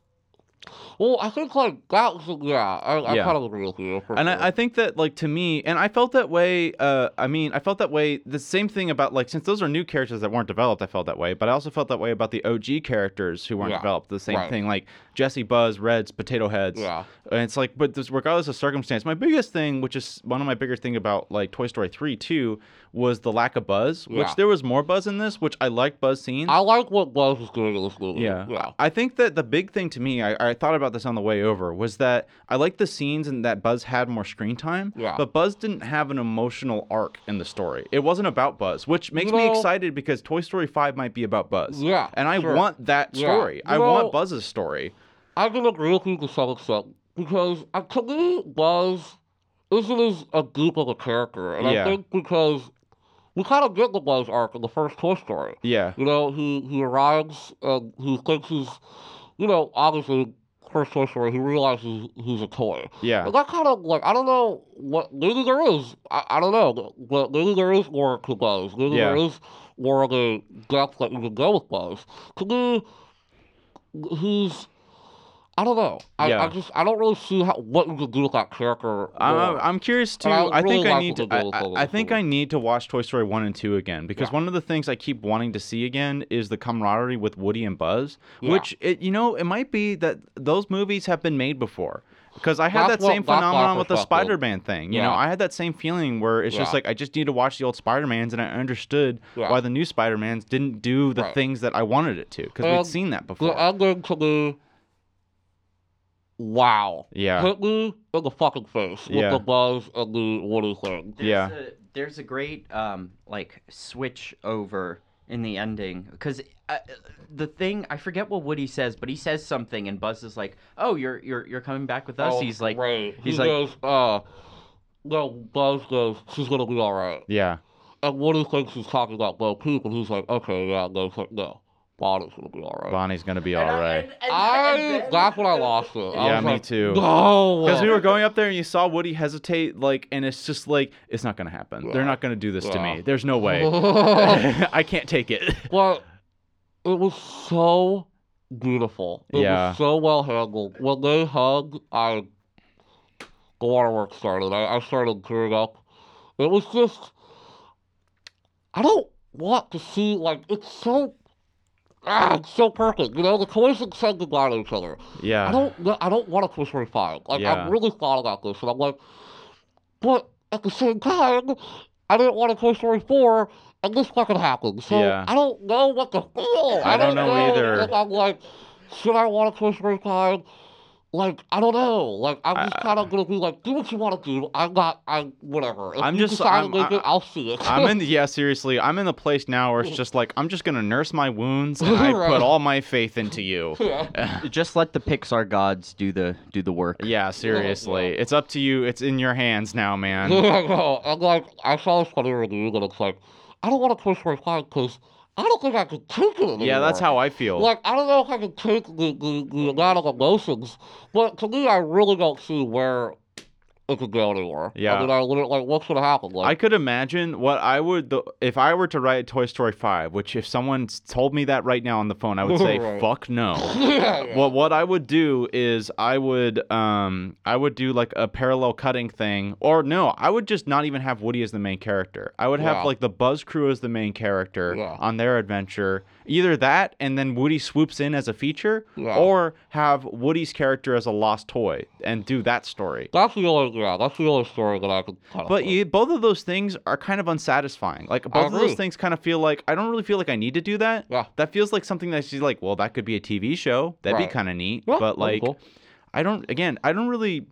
Well, I think like that was yeah. I, I
Yeah.
kind of agree with you. For
and
sure.
I, I think that like to me and I felt that way uh I mean I felt that way the same thing about like since those are new characters that weren't developed I felt that way but I also felt that way about the OG characters who weren't
Yeah,
developed the same
right.
thing like Jesse Buzz Reds Potato Heads
Yeah.
and it's like but this, regardless of circumstance my biggest thing which is one of my bigger thing about like Toy Story 3 too was the lack of buzz
Yeah.
which there was more buzz in this which I liked buzz scenes
I like what Buzz is doing in this movie.
yeah.
yeah.
I think that the big thing to me, I, I thought about this on the way over, was that I liked the scenes and that Buzz had more screen time.
Yeah.
But Buzz didn't have an emotional arc in the story. It wasn't about Buzz, which makes me
No.
excited because Toy Story 5 might be about Buzz.
Yeah,
And I
sure.
want that
Yeah.
story. I
You know-
want Buzz's story.
I can agree with you to some extent because uh, to me, Buzz isn't as a deep of a character, and
Yeah.
I think because we kind of get the Buzz arc in the first Toy Story.
Yeah.
You know, he he arrives and he thinks he's, you know, obviously first Toy Story, he realizes he's a toy.
Yeah.
And that kind of like I don't know what maybe there is I, I don't know but maybe there is more to Buzz maybe there
Yeah.
is more of a depth that you can go with Buzz to me he's I don't know I,
Yeah.
I just I don't really see how what you can do with that character
I'm,
more.
I'm curious too.
And I
I, think
really
I
like
need to.
what
I,
they did with
I- I think I
Lola.
need to watch Toy Story one and two again because
Yeah.
one of the things I keep wanting to see again is the camaraderie with Woody and Buzz,
Yeah.
which it you know it might be that those movies have been made before. Because I had
That's
that
what-
same
that's my
phenomenon with the
perspective.
Spider-Man thing, you know,
Yeah.
I had that same feeling where it's just
Yeah.
like I just need to watch the old Spider-Mans, and I understood
Yeah.
why the new Spider-Mans didn't do the
Right.
things that I wanted it to because
Um,
we'd seen that before.
the ending to me wow
yeah,
hit me in the fucking face with
Yeah.
the Buzz and the Woody thing
There's
Yeah.
A, there's a great um like switch over in the ending because uh, the thing I forget what Woody says, but he says something and Buzz is like, "Oh, you're you're you're coming back with us."
Oh,
he's like,
right.
he's
he
like-
goes, uh, no, Buzz goes, she's gonna be all right.
yeah,
And Woody thinks he's talking about Bo Peep, and he's like, okay, yeah, no, it's like, no, Bonnie's gonna be all right.
Bonnie's gonna be all right.
I, that's when I lost it. I
Yeah,
was
me
like,
too.
No,
Because we were going up there and you saw Woody hesitate, like, and it's just like, it's not gonna happen. They're
Yeah.
not gonna do this to me.
Yeah.
There's no way.
going.
I can't take it.
but it was so beautiful. It
Yeah.
was so well handled. When they hug, I the waterworks started. I, I started tearing up. It was just I don't want to see like it's so ah, it's so perfect. You know, the toys can say goodbye to each other. I
Yeah.
don't wa- I don't want to Toy Story five. Like
Yeah.
I've really thought about this and I'm like but at the same time I didn't want a Toy Story four and this fucking happened. So
Yeah.
I don't know what to feel.
I don't know either.
If I'm like, should I want a Toy Story five? Like I don't know. Like I'm just
I-
kind of gonna be like, do what you want to do. I'm not. I whatever. If
I'm
you
just-
decide
I'm-
to make
I-
it, I'll see it.
I'm in. The, yeah, seriously, I'm in the place now where it's just like I'm just gonna nurse my wounds and I
Right.
put all my faith into you.
Yeah.
"Just let the Pixar gods do the do the work."
Yeah, seriously, it's up to you. It's in your hands now, man.
I know. I'm like, I saw this funny review and it's like, I don't want to push my five because I don't think I can take it anymore.
Yeah, that's how I feel.
Like, I don't know if I can take the, the, the amount of emotions, but to me, I really don't see where it could go anywhere.
Yeah.
I mean, I literally, like, what's going to happen?
I
Like,
could imagine what I would the, if I were to write Toy Story 5, which if someone s- told me that right now on the phone, I would say,
Right.
"Fuck no."
yeah, yeah.
Well, what I would do is I would um I would do like a parallel cutting thing, or no, I would just not even have Woody as the main character. I would have
Yeah.
like the Buzz crew as the main character
Yeah.
on their adventure. Either that, and then Woody swoops in as a feature,
Yeah.
or have Woody's character as a lost toy and do that story.
that's the only, yeah, that's the only story that I could kind of
But you, both of those things are kind of unsatisfying. Like both of those
agree.
things kind of feel like I don't really feel like I need to do that.
Yeah.
That feels like something that she's like, well, that could be a TV show. That'd be
Right.
kind of neat.
Yeah,
but
that'd be
like,
cool.
I don't. Again, I don't really.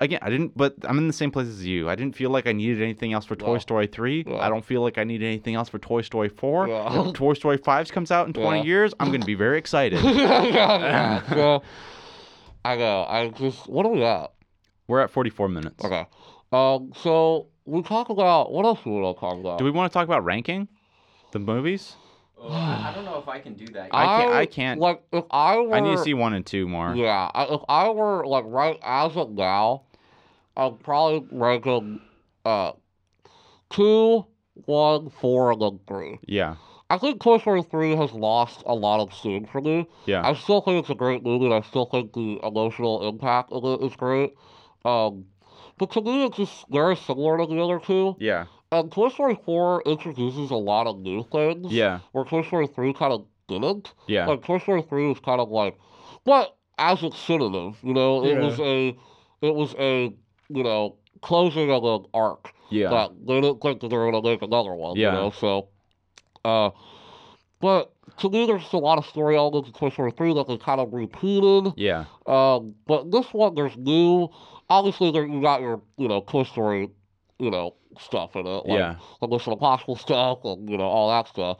Again, I didn't. But I'm in the same place as you. I didn't feel like I needed anything else for Toy
Yeah.
Story three.
Yeah.
I don't feel like I need anything else for Toy Story four.
Yeah.
When Toy Story five comes out in 20
Yeah.
years. I'm gonna be very excited.
yeah, yeah. So, I know. I just, what are we at?
We're at 44 minutes.
Okay. Um, so we talk about what else do we want to talk about?
Do we want to talk about ranking? The movies?
I don't know if I can do that.
I can't- I can't-
Like, if I were,
I need to see one and two more.
Yeah, I- if I were like right as of now, I'd probably rank 'em, uh, two, one, four, and then three.
Yeah.
I think Toy Story three has lost a lot of steam for me.
Yeah.
I still think it's a great movie. and I still think the emotional impact of it is great. Um, but to me, it's just very similar to the other two.
Yeah.
And Toy Story 4 introduces a lot of new things.
Yeah.
Where Toy Story 3 kind of didn't.
Yeah.
Like, Toy Story 3 was kind of like, but as its synonym, you know, it
Yeah.
was a, it was a, you know, closing of an arc
Yeah.
that they didn't think that they were going to make another one,
Yeah.
you know, so, uh, but to me, there's just a lot of story elements in Toy Story 3 that they kind of repeated.
Yeah.
Um, but this one, there's new. Obviously, there, you got your, you know, Toy Story, you know, stuff in it. Like,
Yeah.
The Mission Impossible stuff and, you know, all that stuff.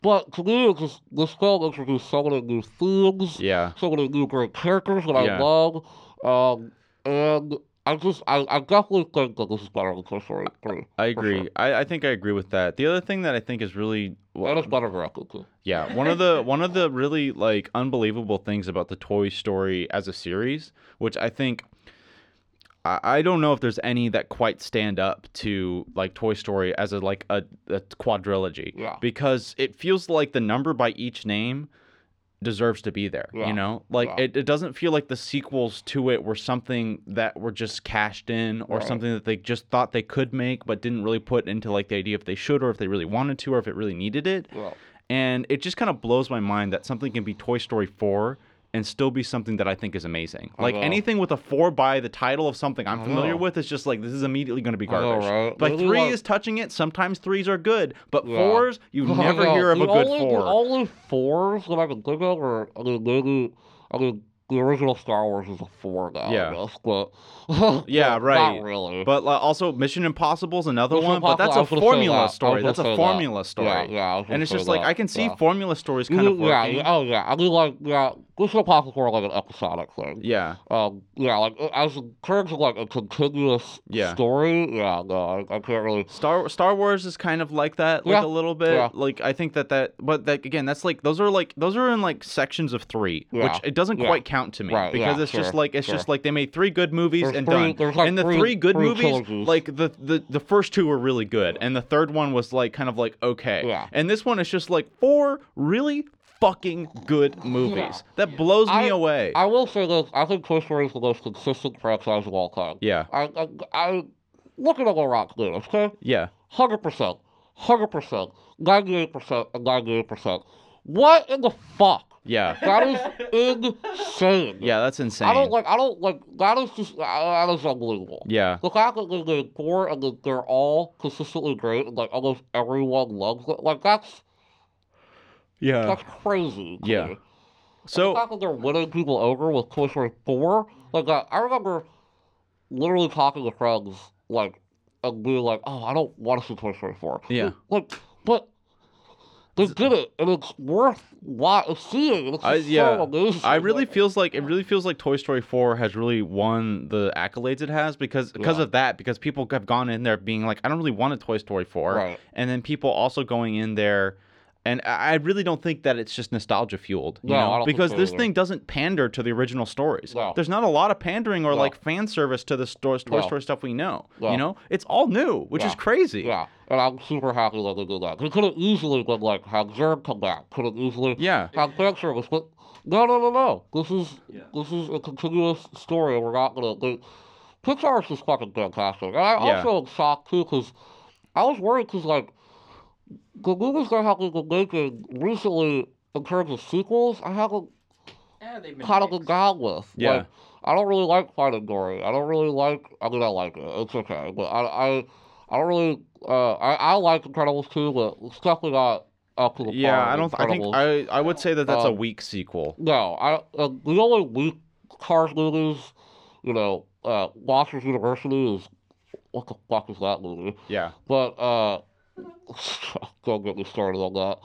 But to me, it's just, this film introduced so many new themes,
Yeah.
so many new great characters that
Yeah.
I love. Um, and I just, I, I definitely think that this is better than Toy Story 3.
I
for
agree.
sure.
I, I think I agree with that. The other thing that I think is really
And it's better directed, too.
Yeah, one of the one of the really like unbelievable things about the Toy Story as a series, which I think I, I don't know if there's any that quite stand up to like Toy Story as a like a, a quadrilogy
Yeah.
because it feels like the number by each name deserves to be there
Yeah.
you know like
Yeah.
it, it doesn't feel like the sequels to it were something that were just cashed in or
Right.
something that they just thought they could make but didn't really put into like the idea if they should or if they really wanted to or if it really needed it
Yeah.
and it just kind of blows my mind that something can be Toy Story 4 and still be something that I think is amazing. Like
know.
anything with a 4 by the title of something I'm familiar
know.
with is just like this is immediately going to be
I know,
garbage.
right?
Like
Maybe
3
like-
is touching it. Sometimes 3s are good, but
Yeah.
4s you
I
never
know.
hear of
the
a good
only,
4.
The only fours that I can think of are, I mean, maybe, I mean, the original Star Wars is a four now,
Yeah.
I guess, but.
Yeah,
but
right.
Not really.
But like, also Mission Impossible is another
Mission
one, but that's
Impossible, I
a
was gonna say that. I
formula
was
story.
gonna
That's
say
a
that.
formula story.
Yeah, yeah. I was
And
gonna
it's just
say
like
that.
I can see
yeah.
formula stories kind of
You- yeah,
working.
yeah,
Yeah.
oh yeah. I mean, like, yeah, Mission Impossible is like an episodic thing.
Yeah.
Um, yeah, like uh, as in terms of like a continuous
Yeah.
story, yeah, no, I, I can't really.
Star Star Wars is kind of like that, like
Yeah.
a little bit.
Yeah.
Like I think that that, but that again, that's like those are like those are in like sections of three,
Yeah.
which it doesn't
Yeah.
quite count to me
Right,
because
yeah,
it's just
sure,
like it's
sure.
just like they made three good movies
There's
and
three-
done.
there's, like,
and the
three-
three good
three
movies,
trilogies.
like the, the the first two were really good, and the third one was like kind of like okay,
Yeah.
and this one is just like four really fucking good movies that blows me
I-
away.
I will say this: I think Toy Story is the most consistent franchise of all time.
yeah,
I, I, I look at all rock tomatoes, okay?
yeah,
Hundred percent, hundred percent, ninety-eight percent, and ninety-eight percent. What in the fuck?
yeah,
That is insane.
yeah. That's insane.
I don't like. I don't like. That is just. uh, That is unbelievable.
yeah,
The fact that they made four and that they're all consistently great and like almost everyone loves it, like that's
yeah.
that's crazy. to
Yeah.
me. The
So
fact that they're winning people over with Toy Story 4, like, uh, I remember literally talking to friends, like, and being like, oh, I don't want to see Toy Story 4.
Yeah.
Like, but they did it, and it's worth lot seeing. It's
I-
just
yeah.
so amazing.
I really
like,
feels like it really feels like Toy Story 4 has really won the accolades it has because because
Yeah.
of that because people have gone in there being like I don't really want a Toy Story 4
Right.
and then people also going in there and I I really don't think that it's just nostalgia fueled, you
No, I
know,
don't think
because
so
this
either.
thing doesn't pander to the original stories.
No.
There's not a lot of pandering or
No.
like fan service to the sto- Toy
No.
Story stuff we know.
No.
You know, it's all new, which is
Yeah.
crazy.
Yeah, and I'm super happy that they did that. They could have easily been like, had Zerg come back. Could have easily
Yeah.
had fan service, but no, no, no, no. This is this is a continuous story. and We're not gonna. They, Pixar is just fucking fantastic, and I
Yeah.
also am shocked too because I was worried because like the movies they have been making recently in terms of sequels, I haven't kind of been down with.
Yeah.
Like, I don't really like Finding Dory. I don't really like. I mean, I like it. It's okay, but I, I, I don't really. Uh, I, I like Incredibles too, but it's definitely not up to the
Yeah,
par
I
of
don't. I think
Incredibles.
I. I would say that that's a
Um,
weak sequel.
No, I uh, the only weak Cars movies, you know, uh, Monsters University is what the fuck is that movie?
Yeah.
But uh, don't get me started on that.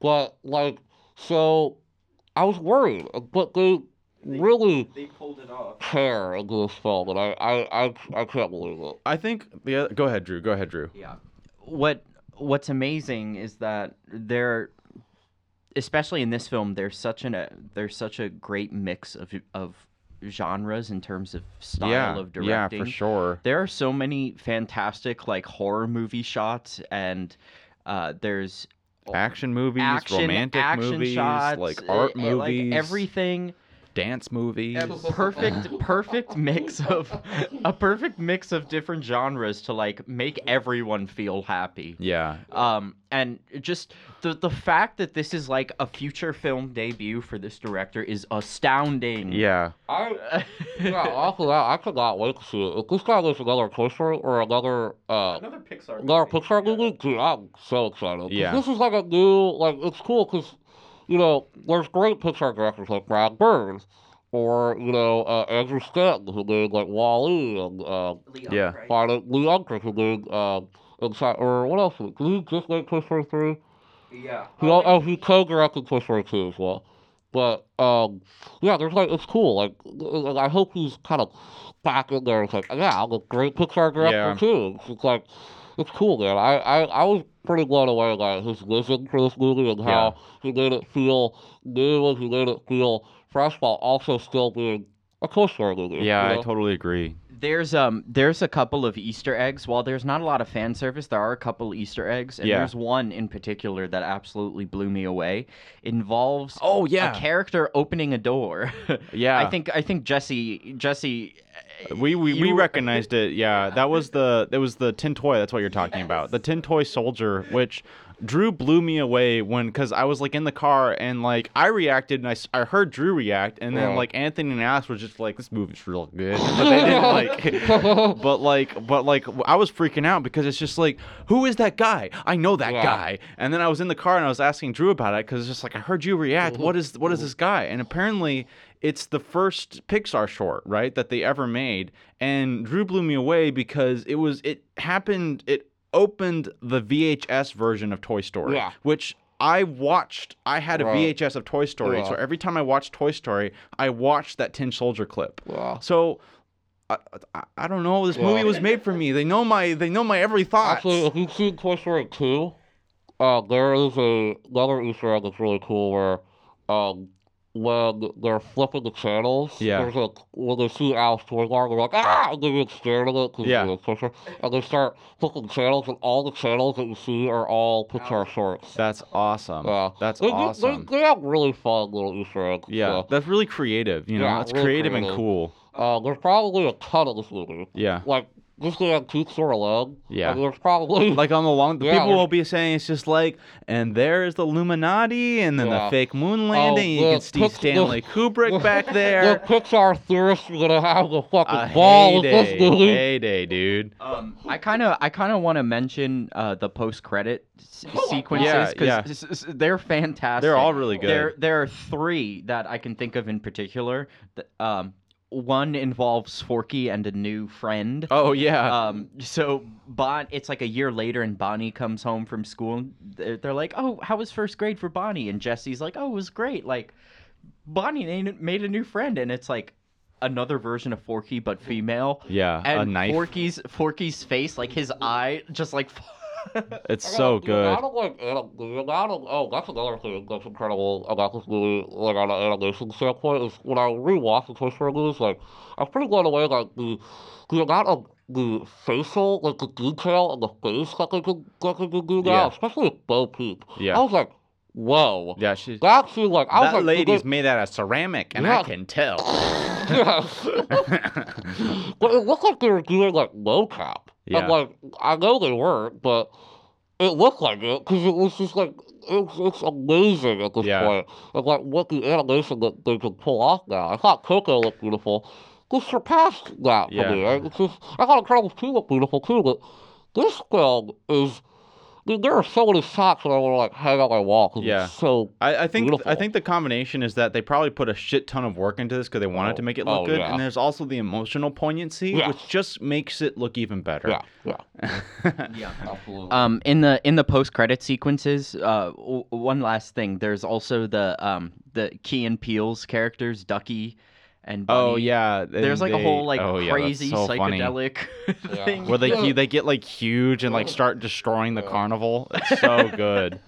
But like, so I was worried, but they really
They pulled it off.
care into this film, and I I I, I can't believe it.
I think the. oth- Go ahead, Drew. Go ahead, Drew.
Yeah. What what's amazing is that there, especially in this film, there's such an a, there's such a great mix of of genres in terms of style
yeah,
of
yeah,
directing.
for sure.
There are so many fantastic like horror movie shots, and uh, there's
Action movies,
action
romantic
action
movies,
shots,
like
uh,
art
uh,
movies,
like everything.
dance movies.
a perfect perfect mix of a perfect mix of different genres to like make everyone feel happy
Yeah,
um and just the the fact that this is like a future film debut for this director is astounding
yeah.
I yeah, after that, I could not wait to see it. If this guy does another Pixar or another uh
another pixar
another Pixar movie, dude, I'm so excited. 'Cause
Yeah.
This is like a new like it's cool because you know there's great Pixar directors like Brad Bird or you know uh, Andrew Stanton who did like Wall-E and uh,
Yeah.
Planet Lee Unkrich who did uh, Inside or what else? Did he just make Toy Story three?
yeah
He al- oh, he co-directed Toy Story 2 as well. But um, yeah, there's like it's cool. Like, like I hope he's kind of back in there. It's like yeah, I'm a great Pixar director
Yeah.
too. It's just like it's cool, man. I, I, I was pretty blown away by his vision for this movie and how he made it feel new and he made it feel fresh while also still being a Toy Story movie. you
Yeah, I
know?
totally agree.
there's um there's a couple of easter eggs while there's not a lot of fan service there are a couple easter eggs and
Yeah.
there's one in particular that absolutely blew me away It involves
Oh
a character opening a door
yeah.
i think i think jesse jesse
we we, we
you-
recognized it. Yeah, that was the that was the tin toy. That's what you're talking about. The tin toy soldier, which Drew blew me away when because I was like in the car and like I reacted and I, s- I heard Drew react and then
Yeah.
like Anthony and Ash were just like this movie's real good, but they didn't like. But like but like I was freaking out because it's just like who is that guy? I know that
Yeah.
guy. And then I was in the car and I was asking Drew about it because it's just like I heard you react.
Mm-hmm.
What is what is this guy? And apparently it's the first Pixar short, right, that they ever made. And Drew blew me away because it was it happened it opened the VHS version of Toy Story,
Yeah.
which I watched. I had a
Right.
VHS of Toy Story, so
Yeah.
every time I watched Toy Story, I watched that Tin Soldier clip.
Yeah.
So I, I, I don't know. This movie
Yeah.
was made for me. They know my they know my every thought.
Actually, if you've seen Toy Story 2, uh, there is a, another Easter egg that's really cool where um, when they're flipping the channels,
Yeah.
there's a, when they see Al's toy line, they're like, ah, and they get scared at it because
Yeah.
you know, Toy Story, and they start flipping channels, and all the channels that you see are all Pixar shorts.
That's awesome.
Yeah.
That's
They- they-
awesome.
They, they have really fun little Easter eggs.
yeah,
so,
that's really creative. You know,
Yeah,
that's
really
creative and
creative.
cool.
Uh, there's probably a ton of this movie.
Yeah.
Like, just the antique store alone.
Yeah.
I mean, there's probably.
Like on the long, the
Yeah,
people
there's-
will be saying it's just like, and there is the Illuminati, and then
Yeah. Oh,
the fake moon landing. and you
look,
can see
look, look,
Stanley Kubrick back there.
The Pixar theorists are gonna have the fucking
A
ball with
heyday,
this movie.
heyday, dude.
Um, I kind of, I kind of want to mention uh, the post-credit s- sequences because
yeah.
they're fantastic.
They're all really good.
There, there are three that I can think of in particular. Th- Um, one involves Forky and a new friend.
oh
Uh,
yeah,
Um, so Bon, it's like a year later, and Bonnie comes home from school. And they're, they're like, "Oh, how was first grade for Bonnie?" And Jesse's like, "Oh, it was great. Like, Bonnie made, made a new friend, and it's like." Another version of Forky, but female
yeah. A
and
knife.
Forky's Forky's face, like his eye, just like.
it's
I
so
don't- you know,
good.
I don't like anim- you know, I don't, oh, that's another thing that's incredible about this movie, like on an animation standpoint, is when I rewatched the Toy Story movies, like, I was pretty blown away, like, the, the amount of the facial, like, the detail and the face that they can, that they can do now,
Yeah.
especially with Bo Peep.
Yeah.
I was like, whoa.
Yeah, she's.
That seemed like, I was
that
like,
lady's made out of ceramic, and I
Yeah.
can tell.
yes. But it looked like they were doing like low cap.
Yeah.
And like I know they weren't, but it looked like it because it was just like it's, it's amazing at this
Yeah.
point. And like what the animation that they can pull off now. I thought Coco looked beautiful. This surpassed that for
Yeah.
me. Right? It's just, I thought Incredibles 2 looked beautiful too, but this film is. I mean, there are so many shots that I want to like hang on my wall 'cause
Yeah.
it's so
I, I think I
Beautiful.
think the combination is that they probably put a shit ton of work into this because they wanted
Oh,
to make it look
oh,
good,
yeah.
and there's also the emotional poignancy,
Yeah.
which just makes it look even better.
yeah yeah
yeah.
absolutely
Um, in the in the post credit sequences, uh, w- one last thing. There's also the um the Key and Peele's characters, Ducky and
Oh
Bunny.
yeah, and
there's like a
they-
whole like
oh, yeah, that's
crazy
so funny.
psychedelic
Yeah.
thing.
where they hu- they get like huge and like start destroying the carnival. It's so good.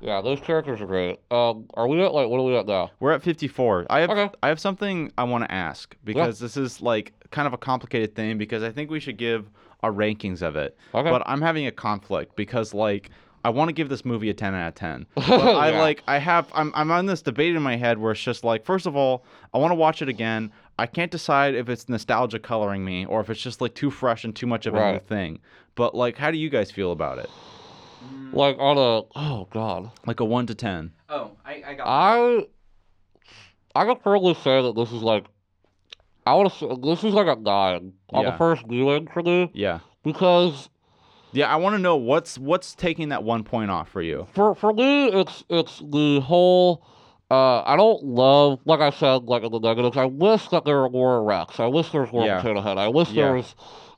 Yeah, those characters are great. Um, are we at like what are we at now?
We're at 54. I have
Okay.
I have something I want to ask because this is like kind of a complicated thing because I think we should give our rankings of it.
Okay.
But I'm having a conflict because like I want to give this movie a 10 out of 10. But I
Yeah.
like I have I'm I'm on this debate in my head where it's just like first of all, I want to watch it again. I can't decide if it's nostalgia coloring me or if it's just like too fresh and too much of a new
Right.
thing. But like how do you guys feel about it?
Like on a oh god,
Like a 1 to 10.
Mm, Oh, I, I
Ah.
got.
I I can probably say that this is like I want to say this is like a nine on
Yeah.
the first viewing for me
Yeah.
because
Yeah, I want to know what's what's taking that one point off for you.
for for me it's it's the whole. Uh, I don't love, like I said, like in the negatives. I wish that there were more Rex. I wish there was more
Yeah.
Potato Head. I wish
Yeah.
there was,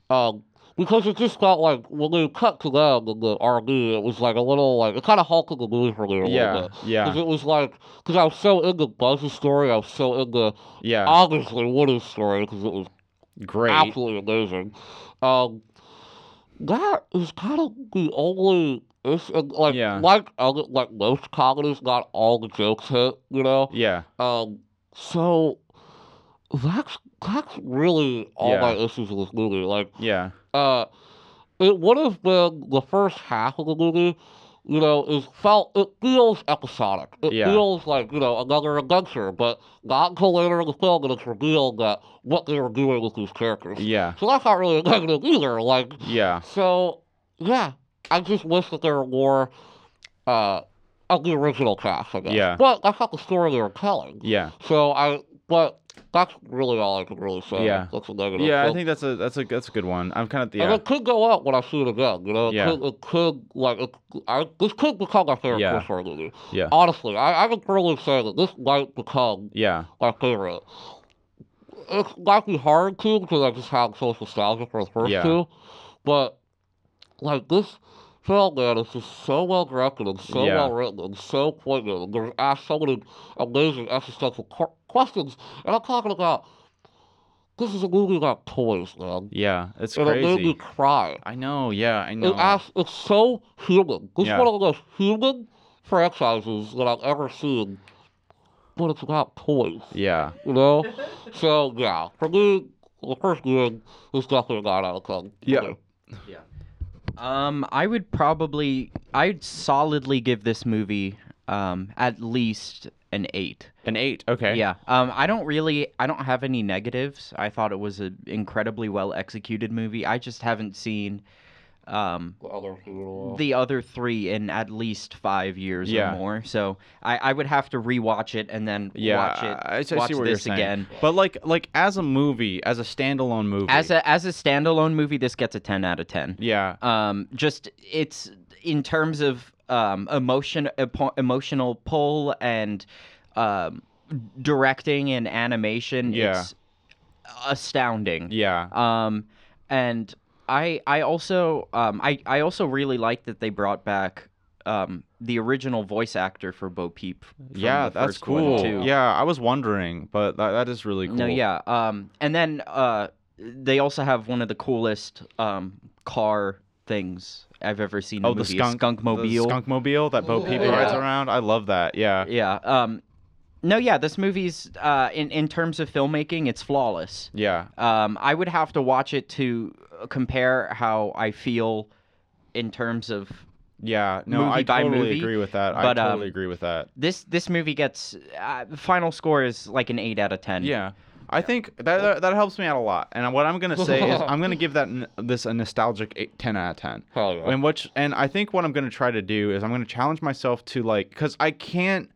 um, because it just felt like when they cut to them in the RV, it was like a little like it kind of halted the movie for me a little
Yeah,
uh,
bit. Because
yeah,
it was like, because I was so into Buzz's story, I was so into
yeah.
obviously Woody's story because it was
Great.
absolutely amazing. Um, that is kind of the only it's and like
Yeah.
like other, like most comedies, not all the jokes hit, you know.
Yeah,
Um, so that's that's really all
Yeah.
my issues with this movie. Like,
yeah,
uh, it would have been the first half of the movie. You know, is felt it feels episodic. It
Yeah.
feels like you know another adventure, but not until later in the film and it's revealed that what they were doing with these characters.
yeah,
So that's not really a negative either. Like,
yeah,
so yeah, I just wish that there were more uh, of the original cast. I guess.
Yeah.
But that's not the story they were telling.
yeah,
So I, but that's really all I can really say.
Yeah.
That's a negative.
yeah. I
So-
think that's a that's a that's a good one. I'm kind of
and
yeah,
it could go up when I see it again. You know, it,
Yeah.
could, it could like it, I, this could become my favorite
Yeah.
Chris Farley movie.
yeah,
Honestly, I, I can really say that this might become
yeah,
my favorite. It's might be hard to because I just have so much nostalgia for the first
Yeah.
two, but like this film, man, is just so well directed and so
Yeah.
well written and so poignant. And there's asked so many amazing existential qu- questions, and I'm talking about this is a movie about toys, man.
yeah. It's
and it made me
crazy.
cry.
I know. Yeah, I
It
uh,
know.
asks, it's so human. This is
Yeah.
one of the most human franchises that I've ever seen, but it's about toys,
Yeah,
you know? so, yeah, for me, the first game is definitely a 9 out of 10.
Yeah.
Okay.
Um, I would probably, I'd solidly give this movie, um, at least an eight.
an eight. Okay.
Yeah. Um, I don't really, I don't have any negatives. I thought it was an incredibly well executed movie. I just haven't seen, um,
The other two in a row.
the other three in at least five years
Yeah.
or more. So I, I would have to rewatch it and then
Yeah,
watch it.
I- I see
watch
what you're
this
saying.
again.
But like like as a movie, as a standalone movie.
As a as a standalone movie, this gets a ten out of ten.
yeah,
Um, just it's in terms of um emotion epo- emotional pull and um directing and animation.
Yeah.
It's astounding.
yeah,
Um, and I I also um I I also really like that they brought back um the original voice actor for Bo Peep. from
yeah.
the
That's
first one,
cool.
too.
Yeah, I was wondering, but that, that is really cool.
No, yeah. Um, and then uh, they also have one of the coolest um car things I've ever seen. in
Oh,
a
the
movie,
skunk
skunk mobile.
skunk mobile that Bo Peep
Yeah.
rides around. I love that. Yeah,
Yeah. Um, no, yeah. This movie's uh in in terms of filmmaking, it's flawless.
yeah,
Um, I would have to watch it to uh, compare how I feel in terms of
yeah. No,
Movie
I
by
totally
movie,
agree with that.
but,
I totally
um,
agree with that.
this. This movie gets uh, final score is like an eight out of ten.
Yeah. I think that, that that helps me out a lot. And what I'm gonna say is I'm gonna give that n- this a nostalgic eight, ten out of ten.
Hell yeah.
And which and I think what I'm gonna try to do is I'm gonna challenge myself to like because I can't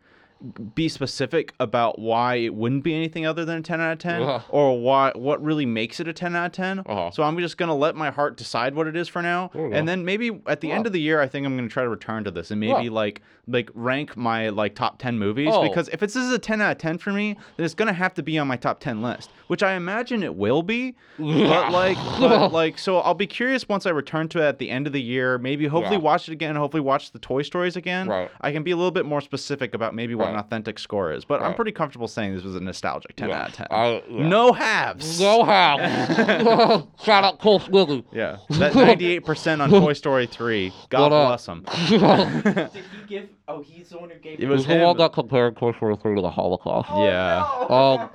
be specific about why it wouldn't be anything other than a 10 out of 10
Yeah.
or why what really makes it a 10 out of 10
Uh-huh.
so i'm just gonna let my heart decide what it is for now
There you go.
and then maybe at the end of the year i think i'm gonna try to return to this and maybe
Yeah.
like like rank my like top 10 movies
Oh.
because if it's this is a 10 out of 10 for me then it's gonna have to be on my top 10 list which i imagine it will be but like but like so i'll be curious once i return to it at the end of the year maybe hopefully
Yeah.
watch it again hopefully watch the toy stories again
Right.
i can be a little bit more specific about maybe what
Right.
an authentic score is. But I'm
Right.
pretty comfortable saying this was a nostalgic 10 out of 10.
I, yeah.
No halves.
No how. Shout out Cole Squiggy.
Yeah, that 98% on Toy Story 3. God
What up?
bless him.
Did he give? Oh, he's the one who gave.
It
It
was
was the one
him.
that compared Toy Story 3 to the Holocaust.
yeah. Oh.
Um,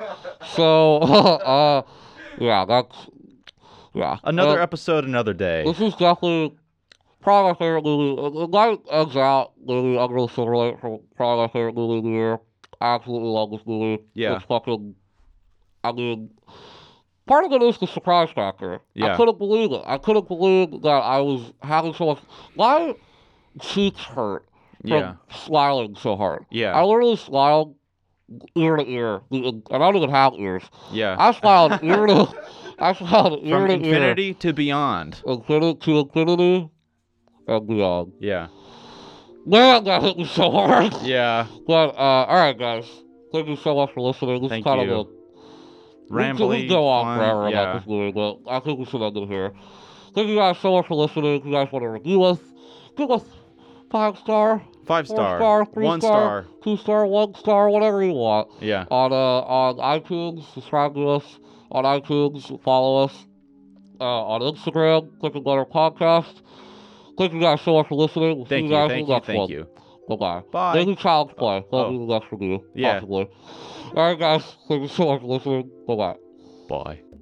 so, uh, yeah, that's, yeah.
Another
Uh,
episode, another day.
This is definitely probably my favorite movie. Uh, uh, Night Eggs Out movie, I'm gonna simulate from probably my favorite movie of the year. Absolutely love this movie.
Yeah.
It's fucking, I mean, part of it is the surprise factor.
Yeah.
I couldn't believe it. I couldn't believe that I was having so much. My cheeks hurt from
Yeah.
smiling so hard. I
Yeah.
literally smiled ear to ear, and I don't even have ears.
Yeah.
I smiled ear to, I smiled ear
From
to ear.
infinity to beyond.
Infinity to infinity and beyond.
Yeah.
Man, that hit me so hard.
Yeah.
But uh, all right, guys, thank you so much for listening. This
Thank
is kind
you.
of a we could-
Rambly.
We could go on
fun,
forever
yeah.
about this movie, but I think we should end it here. Thank you guys so much for listening. If you guys want to review us, give us five star,
Five
four
star.
star, three
one star.
star. two star, one star, whatever you want
Yeah.
on uh, on iTunes. Subscribe to us on iTunes. Follow us uh, on Instagram. Click on our podcast. Thank you guys so much for listening. We'll
Thank
see
you.
guys
Thank
in the
you.
next
Thank
one.
you.
Bye bye.
Bye.
Thank you, Child's Play. That'll
oh.
be the next review,
Yeah.
possibly. All right, guys. Thank you so much for listening. Bye bye.
Bye.